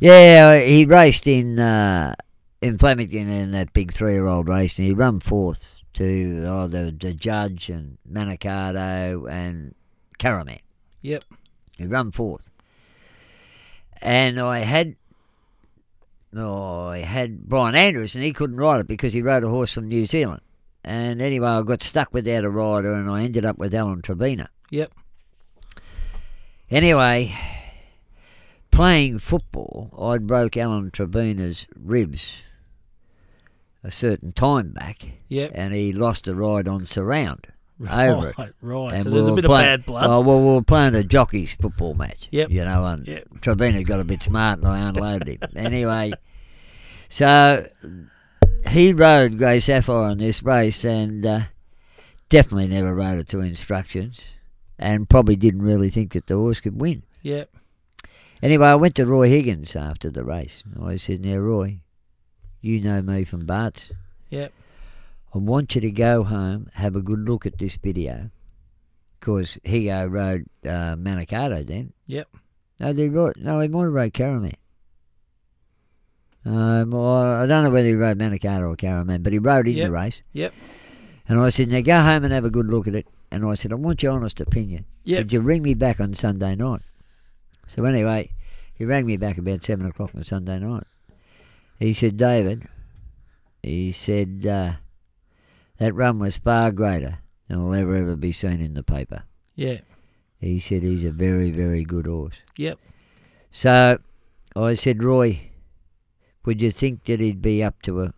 Speaker 2: yeah, he raced in uh, in Flemington in that big three year old race, and he run fourth to oh, the, the judge and Manicardo and Caraman.
Speaker 1: Yep.
Speaker 2: He run fourth. And I had oh, I had Brian Andrews and he couldn't ride it because he rode a horse from New Zealand. And anyway I got stuck without a rider and I ended up with Alan Trevina.
Speaker 1: Yep.
Speaker 2: Anyway, playing football, I broke Alan Trevina's ribs a certain time back,
Speaker 1: Yep.
Speaker 2: and he lost a ride on surround over it.
Speaker 1: Right, right.
Speaker 2: And
Speaker 1: so there's a
Speaker 2: were
Speaker 1: bit
Speaker 2: playing-
Speaker 1: of bad blood.
Speaker 2: Oh, well, we were playing a jockeys football match.
Speaker 1: Yep.
Speaker 2: You know, and
Speaker 1: Yep.
Speaker 2: Trevina got a bit smart and I unloaded him. Anyway, so he rode Grey Sapphire in this race and uh, definitely never rode it to instructions and probably didn't really think that the horse could win.
Speaker 1: Yep.
Speaker 2: Anyway, I went to Roy Higgins after the race. I said, Now, Roy, you know me from Bart's.
Speaker 1: Yep.
Speaker 2: I want you to go home, have a good look at this video. Because Higo rode uh, Manicato then.
Speaker 1: Yep.
Speaker 2: No, they rode, no, he might have rode Caraman. Um, I I don't know whether he rode Manicato or Caraman, but he rode in
Speaker 1: Yep.
Speaker 2: the race.
Speaker 1: Yep.
Speaker 2: And I said, Now go home and have a good look at it. And I said, I want your honest opinion.
Speaker 1: Yep.
Speaker 2: Could you ring me back on Sunday night? So anyway, he rang me back about seven o'clock on Sunday night. He said, David, he said, uh, that run was far greater than will ever, ever be seen in the paper.
Speaker 1: Yeah.
Speaker 2: He said, he's a very, very good horse.
Speaker 1: Yep.
Speaker 2: So I said, Roy, would you think that he'd be up to a,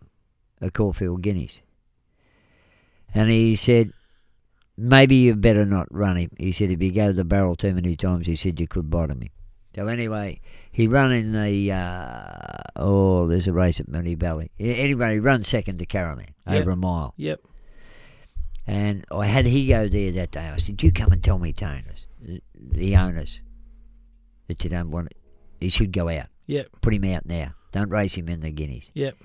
Speaker 2: a Caulfield Guineas? And he said, maybe you better not run him. He said, if you go to the barrel too many times, he said, you could bottom him. So anyway, he run in the, uh, oh, there's a race at Mooney Valley. A- Anyway, he run second to Caraman
Speaker 1: Yep.
Speaker 2: over a mile.
Speaker 1: Yep.
Speaker 2: And I had Higo there that day. I said, you come and tell me, Toners, the owners, that you don't want it. He should go out
Speaker 1: Yep.
Speaker 2: put him out now. Don't race him in the guineas.
Speaker 1: Yep.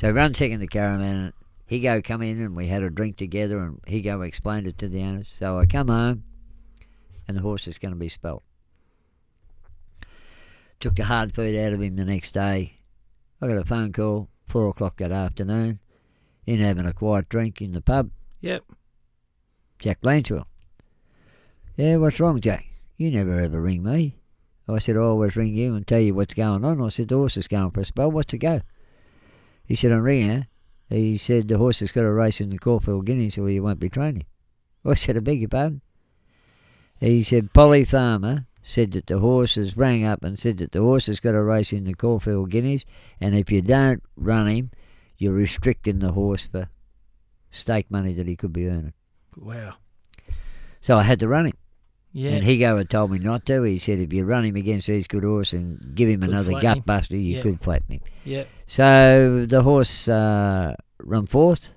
Speaker 2: So run second to Caraman. Higo come in and we had a drink together and Higo explained it to the owners. So I come home and the horse is going to be spelt. Took the hard food out of him the next day. I got a phone call, four o'clock that afternoon, in having a quiet drink in the pub.
Speaker 1: Yep.
Speaker 2: Jack Lanswell. Yeah, what's wrong, Jack? You never ever ring me. I said, I always ring you and tell you what's going on. I said, the horse is going for a spell. What's to go? He said, I'm ringing her. He said, the horse has got a race in the Caulfield Guineas or you won't be training. I said, I beg your pardon. He said, Polly Farmer said that the horse has rang up and said that the horse has got a race in the Caulfield Guineas and if you don't run him, you're restricting the horse for stake money that he could be earning.
Speaker 1: Wow.
Speaker 2: So I had to run him.
Speaker 1: Yeah.
Speaker 2: And Higo had told me not to. He said if you run him against these good horse and give him
Speaker 1: Could
Speaker 2: another
Speaker 1: flatten him.
Speaker 2: gut buster, you
Speaker 1: Yeah.
Speaker 2: could flatten him.
Speaker 1: yep.
Speaker 2: So the horse uh, run fourth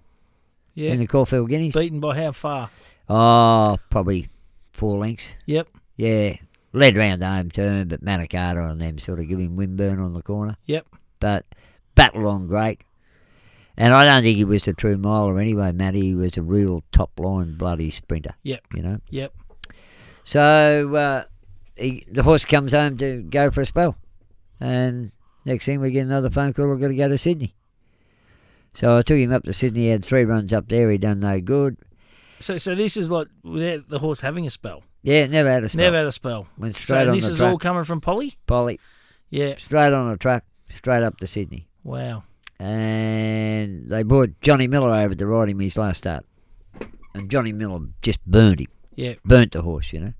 Speaker 1: Yeah.
Speaker 2: in the Caulfield Guineas.
Speaker 1: Beaten by how far?
Speaker 2: Oh, probably four lengths.
Speaker 1: Yep.
Speaker 2: Yeah. Led round the home turn, but Manicato and them sort of giving Windburn on the corner.
Speaker 1: Yep.
Speaker 2: But battle on great. And I don't think he was the true miler anyway, Matty. He was a real top line bloody sprinter.
Speaker 1: Yep.
Speaker 2: You know?
Speaker 1: Yep.
Speaker 2: So uh, he, the horse comes home to go for a spell. And next thing we get another phone call, we've got to go to Sydney. So I took him up to Sydney, he had three runs up there, he done no good.
Speaker 1: So so this is like without the horse having a spell.
Speaker 2: Yeah, never had a spell.
Speaker 1: Never had a spell.
Speaker 2: Went straight
Speaker 1: So
Speaker 2: on
Speaker 1: this
Speaker 2: the
Speaker 1: is
Speaker 2: truck,
Speaker 1: all coming from Polly.
Speaker 2: Polly.
Speaker 1: Yeah.
Speaker 2: Straight on a truck, straight up to Sydney.
Speaker 1: Wow.
Speaker 2: And they brought Johnny Miller over to ride him his last start. And Johnny Miller just burned him.
Speaker 1: Yeah.
Speaker 2: burnt the horse, you know.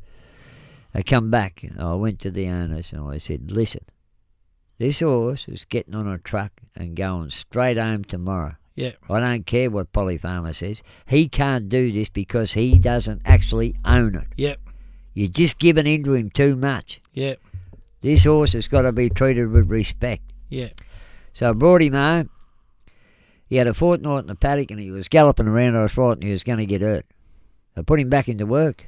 Speaker 2: I come back, and I went to the owners and I said, Listen, this horse is getting on a truck and going straight home tomorrow.
Speaker 1: Yeah.
Speaker 2: I don't care what Polly Farmer says. He can't do this because he doesn't actually own it.
Speaker 1: Yep.
Speaker 2: You're just giving in to him too much.
Speaker 1: Yeah.
Speaker 2: This horse has got to be treated with respect.
Speaker 1: Yeah.
Speaker 2: So I brought him home. He had a fortnight in the paddock and he was galloping around. I was frightened he was going to get hurt. I put him back into work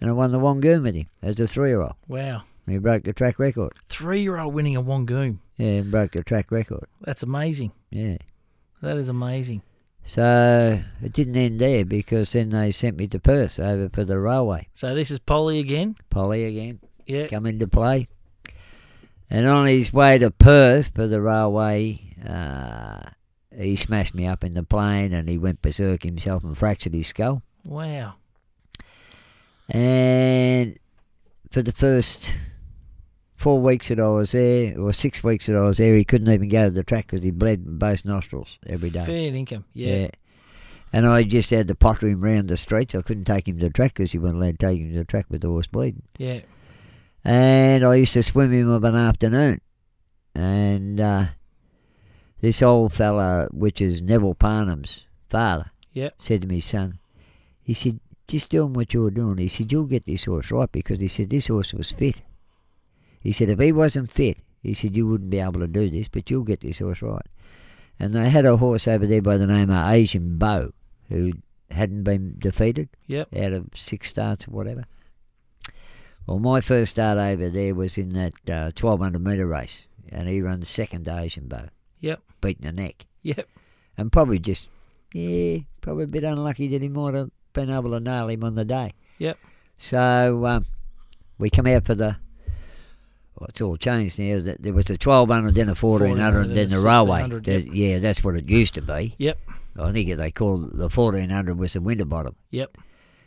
Speaker 2: and I won the Wangoon with him as a three year old.
Speaker 1: Wow.
Speaker 2: He broke the track record.
Speaker 1: Three year old winning a Wangoon.
Speaker 2: Yeah, he broke the track record.
Speaker 1: That's amazing.
Speaker 2: Yeah.
Speaker 1: That is amazing.
Speaker 2: So it didn't end there because then they sent me to Perth over for the railway.
Speaker 1: So this is Polly again.
Speaker 2: Polly again
Speaker 1: Yeah.
Speaker 2: come into play. And on his way to Perth for the railway, uh, he smashed me up in the plane and he went berserk himself and fractured his skull.
Speaker 1: Wow.
Speaker 2: And for the first four weeks that I was there, or six weeks that I was there, he couldn't even go to the track because he bled in both nostrils every day.
Speaker 1: Fair income. Yeah.
Speaker 2: And I just had to potter him round the streets. I couldn't take him to the track because you weren't allowed to take him to the track with the horse bleeding.
Speaker 1: Yeah.
Speaker 2: And I used to swim him of an afternoon. And uh, this old fella, which is Neville Parnham's father,
Speaker 1: Yep.
Speaker 2: said to me, son, he said, just doing what you're doing. He said, you'll get this horse right because he said, this horse was fit. He said, if he wasn't fit, he said, you wouldn't be able to do this, but you'll get this horse right. And they had a horse over there by the name of Asian Bow who hadn't been defeated
Speaker 1: Yep.
Speaker 2: out of six starts or whatever. Well, my first start over there was in that uh, 1200 metre race, and he runs second to Asian Bow.
Speaker 1: Yep.
Speaker 2: Beating the neck.
Speaker 1: Yep.
Speaker 2: And probably just, yeah, probably a bit unlucky that he might have been able to nail him on the day.
Speaker 1: Yep.
Speaker 2: So um, we come out for the. Well, it's all changed now. That there was the 1200, then the 1400, then the railway.
Speaker 1: 1600,
Speaker 2: That- yeah, that's what it used to be.
Speaker 1: Yep.
Speaker 2: I think they called the 1400 was the winter bottom.
Speaker 1: Yep.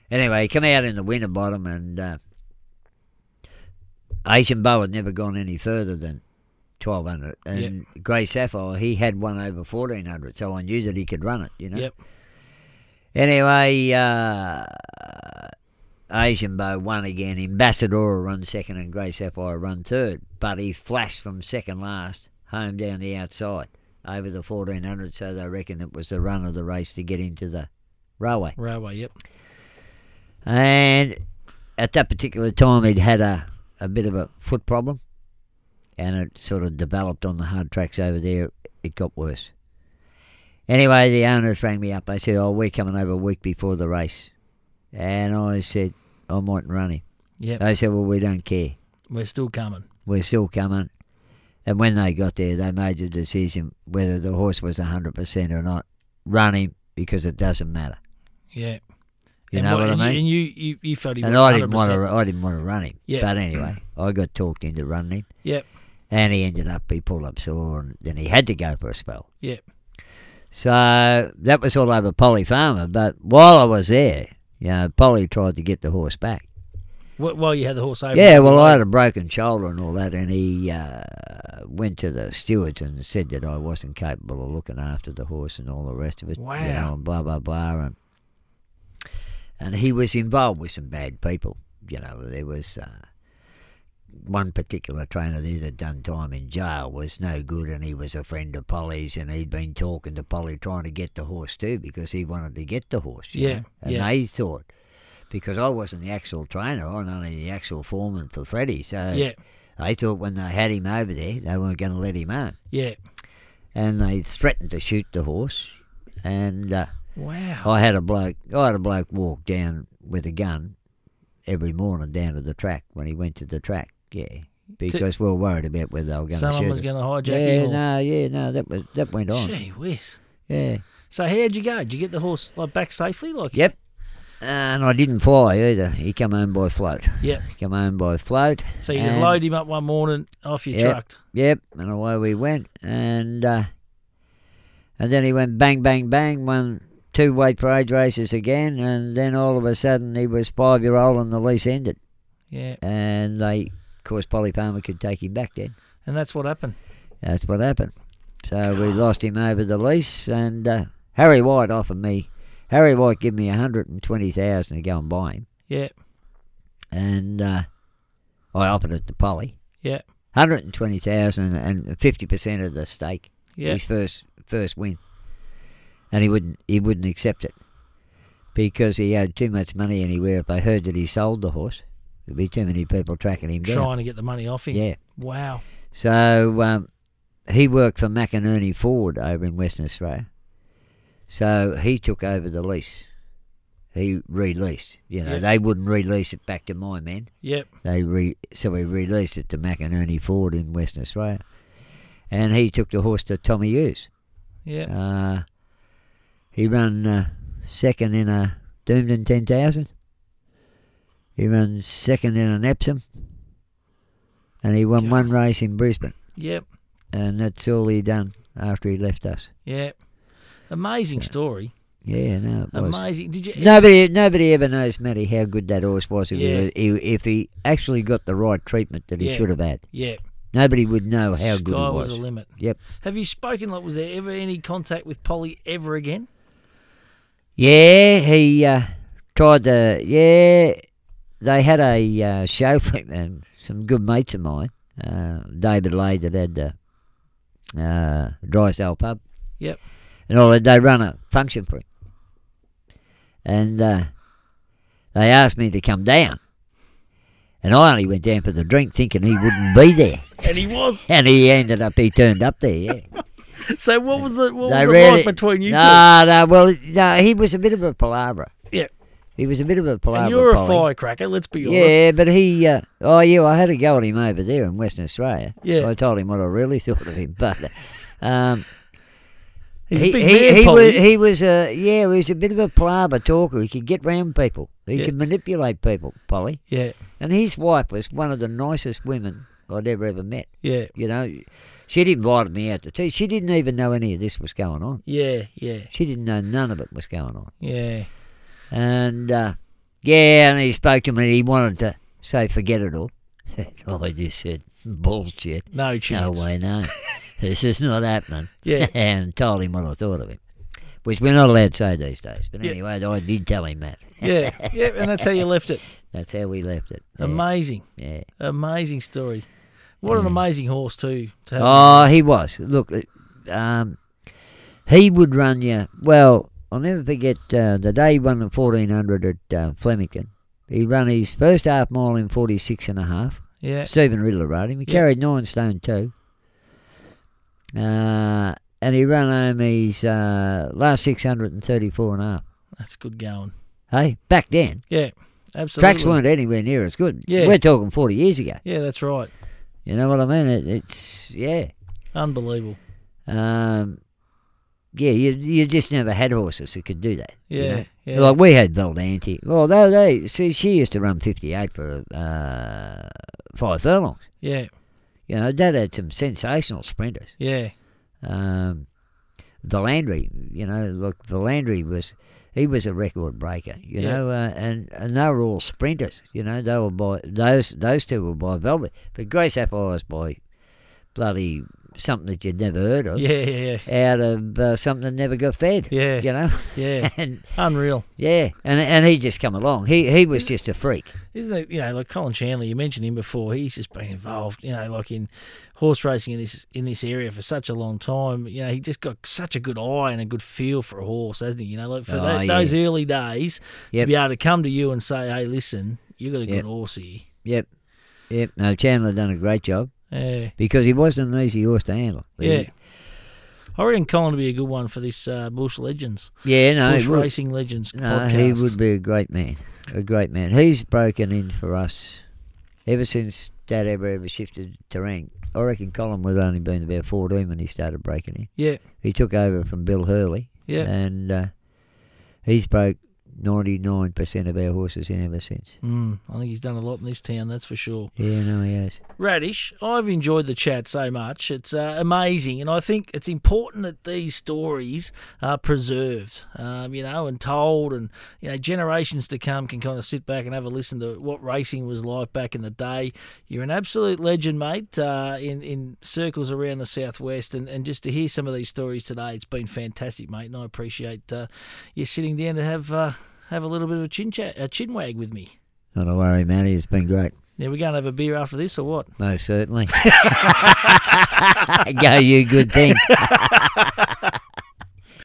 Speaker 2: Anyway, he come out in the winter bottom and uh, Asian Bow had never gone any further than 1200. And Grey Sapphire, he had one over 1400, so I knew that he could run it, you know.
Speaker 1: Yep.
Speaker 2: Anyway, uh, Asian Bow won again. Ambassador run second and Grey Sapphire run third. But he flashed from second last home down the outside over the 1400, so they reckon it was the run of the race to get into the railway.
Speaker 1: Railway. Yep.
Speaker 2: And at that particular time, he'd had a, a bit of a foot problem, and it sort of developed on the hard tracks over there. It got worse. Anyway, the owners rang me up. They said, "Oh, we're coming over a week before the race," and I said, "I mightn't run him."
Speaker 1: Yep.
Speaker 2: They said, "Well, we don't care.
Speaker 1: We're still coming.
Speaker 2: We're still coming." And when they got there, they made the decision whether the horse was hundred percent or not. Run him because it doesn't matter.
Speaker 1: Yeah.
Speaker 2: You
Speaker 1: and
Speaker 2: know what I
Speaker 1: and
Speaker 2: mean?
Speaker 1: You, and you, you, you felt he was
Speaker 2: and I didn't
Speaker 1: 100%.
Speaker 2: want to. I didn't want to run him.
Speaker 1: Yeah.
Speaker 2: But anyway, I got talked into running him,
Speaker 1: Yep.
Speaker 2: and he ended up he pulled up sore, and then he had to go for a spell.
Speaker 1: Yep.
Speaker 2: So that was all over Polly Farmer. But while I was there, you know, Polly tried to get the horse back.
Speaker 1: Wh- While you had the horse over.
Speaker 2: yeah.
Speaker 1: the
Speaker 2: Well, I
Speaker 1: road.
Speaker 2: had a broken shoulder and all that, and he uh, went to the stewards and said that I wasn't capable of looking after the horse and all the rest of it. You
Speaker 1: Wow.
Speaker 2: know, and blah blah blah, and and he was involved with some bad people. You know, there was uh, one particular trainer there that done time in jail was no good, and he was a friend of Polly's, and he'd been talking to Polly trying to get the horse too because he wanted to get the horse. you
Speaker 1: Yeah,
Speaker 2: know, and
Speaker 1: yeah.
Speaker 2: they thought. Because I wasn't the actual trainer, I'm only the actual foreman for Freddie. So
Speaker 1: Yeah.
Speaker 2: they thought when they had him over there, they weren't going to let him out.
Speaker 1: Yeah.
Speaker 2: And they threatened to shoot the horse. And uh,
Speaker 1: Wow.
Speaker 2: I had a bloke. I had a bloke walk down with a gun every morning down to the track when he went to the track. Yeah, because we were worried about whether they were going to
Speaker 1: Someone
Speaker 2: shoot
Speaker 1: was
Speaker 2: him.
Speaker 1: going to hijack
Speaker 2: Yeah,
Speaker 1: him.
Speaker 2: no, yeah, no. That was that went on.
Speaker 1: Gee whiz.
Speaker 2: Yeah.
Speaker 1: So how'd you go? Did you get the horse like back safely? Like
Speaker 2: Yep. And I didn't fly either. He come home by float.
Speaker 1: Yep.
Speaker 2: He come home by float.
Speaker 1: So you just
Speaker 2: and-
Speaker 1: load him up one morning off your
Speaker 2: Yep.
Speaker 1: trucked.
Speaker 2: Yep, and away we went, and uh, and then he went bang, bang, bang, won two weight parade races again, and then all of a sudden he was five year old and the lease ended,
Speaker 1: Yeah.
Speaker 2: and they, of course, Polly Palmer could take him back then.
Speaker 1: And that's what happened.
Speaker 2: That's what happened. So we
Speaker 1: God.
Speaker 2: lost him over the lease, and uh, Harry White offered me. Harry White gave me a hundred and twenty thousand to go and buy him,
Speaker 1: Yeah.
Speaker 2: and uh, I offered it to Polly.
Speaker 1: Yeah.
Speaker 2: Hundred and twenty thousand and fifty percent of the stake.
Speaker 1: Yeah.
Speaker 2: his first first win, and he wouldn't he wouldn't accept it because he owed too much money anywhere. If they heard that he sold the horse, there'd be too many people tracking him down.
Speaker 1: Trying to get the money off him.
Speaker 2: Yeah,
Speaker 1: Wow.
Speaker 2: so um, he worked for McInerney Ford over in Western Australia, so he took over the lease. He released, you know,
Speaker 1: Yeah.
Speaker 2: they wouldn't release it back to my men
Speaker 1: Yep.
Speaker 2: they re so we released it to McInerney Ford in Western Australia, and he took the horse to Tommy Hughes.
Speaker 1: Yep.
Speaker 2: Uh, he ran uh, second in a Doomden ten thousand. He ran second in an Epsom, and he won
Speaker 1: God.
Speaker 2: one race in Brisbane,
Speaker 1: Yep.
Speaker 2: and that's all he done. after he left us.
Speaker 1: Yeah. Amazing story.
Speaker 2: Yeah, no, it was.
Speaker 1: Amazing. Did you?
Speaker 2: Nobody, nobody ever knows, Matty, how good that horse was if,
Speaker 1: Yeah.
Speaker 2: he, was- he- if he actually got the right treatment that he
Speaker 1: Yeah.
Speaker 2: should have had.
Speaker 1: Yeah.
Speaker 2: Nobody would know how good he
Speaker 1: Sky
Speaker 2: was.
Speaker 1: the limit.
Speaker 2: Yep.
Speaker 1: Have you spoken? Like, was there ever any contact with Polly ever again?
Speaker 2: Yeah, he uh, tried to. Yeah, they had a uh, show for them. Some good mates of mine, uh, David Lay, that had the uh, Drysdale pub.
Speaker 1: Yep.
Speaker 2: And all that they run a function for him, and uh, they asked me to come down. And I only went down for the drink, thinking he wouldn't be there.
Speaker 1: And he was.
Speaker 2: And he ended up, he turned up there. Yeah.
Speaker 1: So what was the what was
Speaker 2: They
Speaker 1: the
Speaker 2: really-
Speaker 1: like between you
Speaker 2: No, no. Well, no, he was a bit of a palaver.
Speaker 1: Yeah.
Speaker 2: He was a bit of a
Speaker 1: two?
Speaker 2: palaver.
Speaker 1: And you're a
Speaker 2: Polly.
Speaker 1: firecracker. Let's be honest.
Speaker 2: Yeah, but he. Uh, oh, yeah. I had a go at him over there in Western Australia.
Speaker 1: Yeah.
Speaker 2: I told him what I really thought of him, but. Um,
Speaker 1: He's
Speaker 2: he,
Speaker 1: a big
Speaker 2: he,
Speaker 1: man,
Speaker 2: he
Speaker 1: Polly.
Speaker 2: was he was a yeah he was a bit of a palaver talker. He could get round people. He
Speaker 1: Yeah.
Speaker 2: could manipulate people, Polly.
Speaker 1: yeah.
Speaker 2: And his wife was one of the nicest women I'd ever ever met.
Speaker 1: Yeah.
Speaker 2: You know, she'd invited me out to tea. She didn't even know any of this was going on.
Speaker 1: Yeah. Yeah.
Speaker 2: She didn't know none of it was going on.
Speaker 1: Yeah.
Speaker 2: And uh, yeah, and he spoke to me and he wanted to say forget it all. And I just said, Bullshit.
Speaker 1: No chance.
Speaker 2: No way, no. this is not happening.
Speaker 1: Yeah.
Speaker 2: and told him what I thought of him. Which we're not allowed to say these days. But
Speaker 1: Yeah.
Speaker 2: anyway, I did tell him that.
Speaker 1: yeah. Yeah. And that's how you left it.
Speaker 2: That's how we left it. Yeah,
Speaker 1: Amazing.
Speaker 2: yeah.
Speaker 1: Amazing story. What an amazing horse too. To have.
Speaker 2: Oh, he was. Look, uh, um, he would run you. Well, I'll never forget uh, the day he won the 1400 at uh, Flemington. He run his first half mile in 46 and a half.
Speaker 1: Yeah.
Speaker 2: Stephen Riddler rode him. He
Speaker 1: Yeah.
Speaker 2: carried nine stone two. Uh, and he ran home his uh, last 634 and a half.
Speaker 1: That's good going.
Speaker 2: Hey, back then,
Speaker 1: Yeah. Absolutely.
Speaker 2: tracks weren't anywhere near as good.
Speaker 1: Yeah.
Speaker 2: We're talking 40 years ago.
Speaker 1: Yeah. That's right.
Speaker 2: You know what I mean? It, it's, yeah.
Speaker 1: Unbelievable.
Speaker 2: Um, yeah, you you just never had horses that could do that. you
Speaker 1: Yeah.
Speaker 2: know?
Speaker 1: Yeah.
Speaker 2: Like we had Valdanti. Well, they, they see she used to run fifty eight for uh, five furlongs.
Speaker 1: yeah.
Speaker 2: You know, Dad had some sensational sprinters.
Speaker 1: Yeah.
Speaker 2: Um, Valandry, you know, like Valandry was he was a record breaker. You
Speaker 1: Yeah.
Speaker 2: know, uh, and and they were all sprinters. You know, they were by those those two were by Velvet, but Grace Sapphire was by bloody something that you'd never heard of
Speaker 1: Yeah. Yeah.
Speaker 2: out of uh, something that never got fed.
Speaker 1: Yeah.
Speaker 2: You know,
Speaker 1: Yeah.
Speaker 2: and
Speaker 1: Unreal.
Speaker 2: yeah, and and he just come along. He he was just a freak.
Speaker 1: Isn't it, you know, like Colin Chandler, you mentioned him before, he's just been involved, you know, like in horse racing in this in this area for such a long time. You know, he just got such a good eye and a good feel for a horse, hasn't he? You know, like for
Speaker 2: Oh,
Speaker 1: tho-
Speaker 2: yeah.
Speaker 1: those early days to
Speaker 2: Yep.
Speaker 1: be able to come to you and say, Hey, listen, you got a good
Speaker 2: Yep.
Speaker 1: horse here.
Speaker 2: Yep, yep. No, Chandler done a great job
Speaker 1: Yeah.
Speaker 2: because he wasn't an easy horse to handle. He-
Speaker 1: Yeah. I reckon Colin would be a good one for this uh, Bush Legends.
Speaker 2: yeah. No,
Speaker 1: Bush
Speaker 2: he would,
Speaker 1: Racing Legends
Speaker 2: no,
Speaker 1: podcast.
Speaker 2: he would be a great man, a great man. He's broken in for us ever since Dad ever ever shifted to rank. I reckon Colin would have only been about fourteen when he started breaking in.
Speaker 1: Yeah.
Speaker 2: He took over from Bill Hurley.
Speaker 1: Yeah.
Speaker 2: And uh, he's broke 99% of our horses in ever since.
Speaker 1: Mm, I think he's done a lot in this town, that's for sure.
Speaker 2: Yeah, no, he has.
Speaker 1: Radish, I've enjoyed the chat so much. It's uh, amazing, and I think it's important that these stories are preserved, um, you know, and told, and you know, generations to come can kind of sit back and have a listen to what racing was like back in the day. You're an absolute legend, mate, uh, in in circles around the southwest, and and just to hear some of these stories today, it's been fantastic, mate, and I appreciate uh, you sitting down to have uh, have a little bit of a chin chat, a chin wag with me.
Speaker 2: Not a worry, Matty. It's been great.
Speaker 1: Now we're going to have a beer after this, or what?
Speaker 2: Most certainly. Go, you good thing.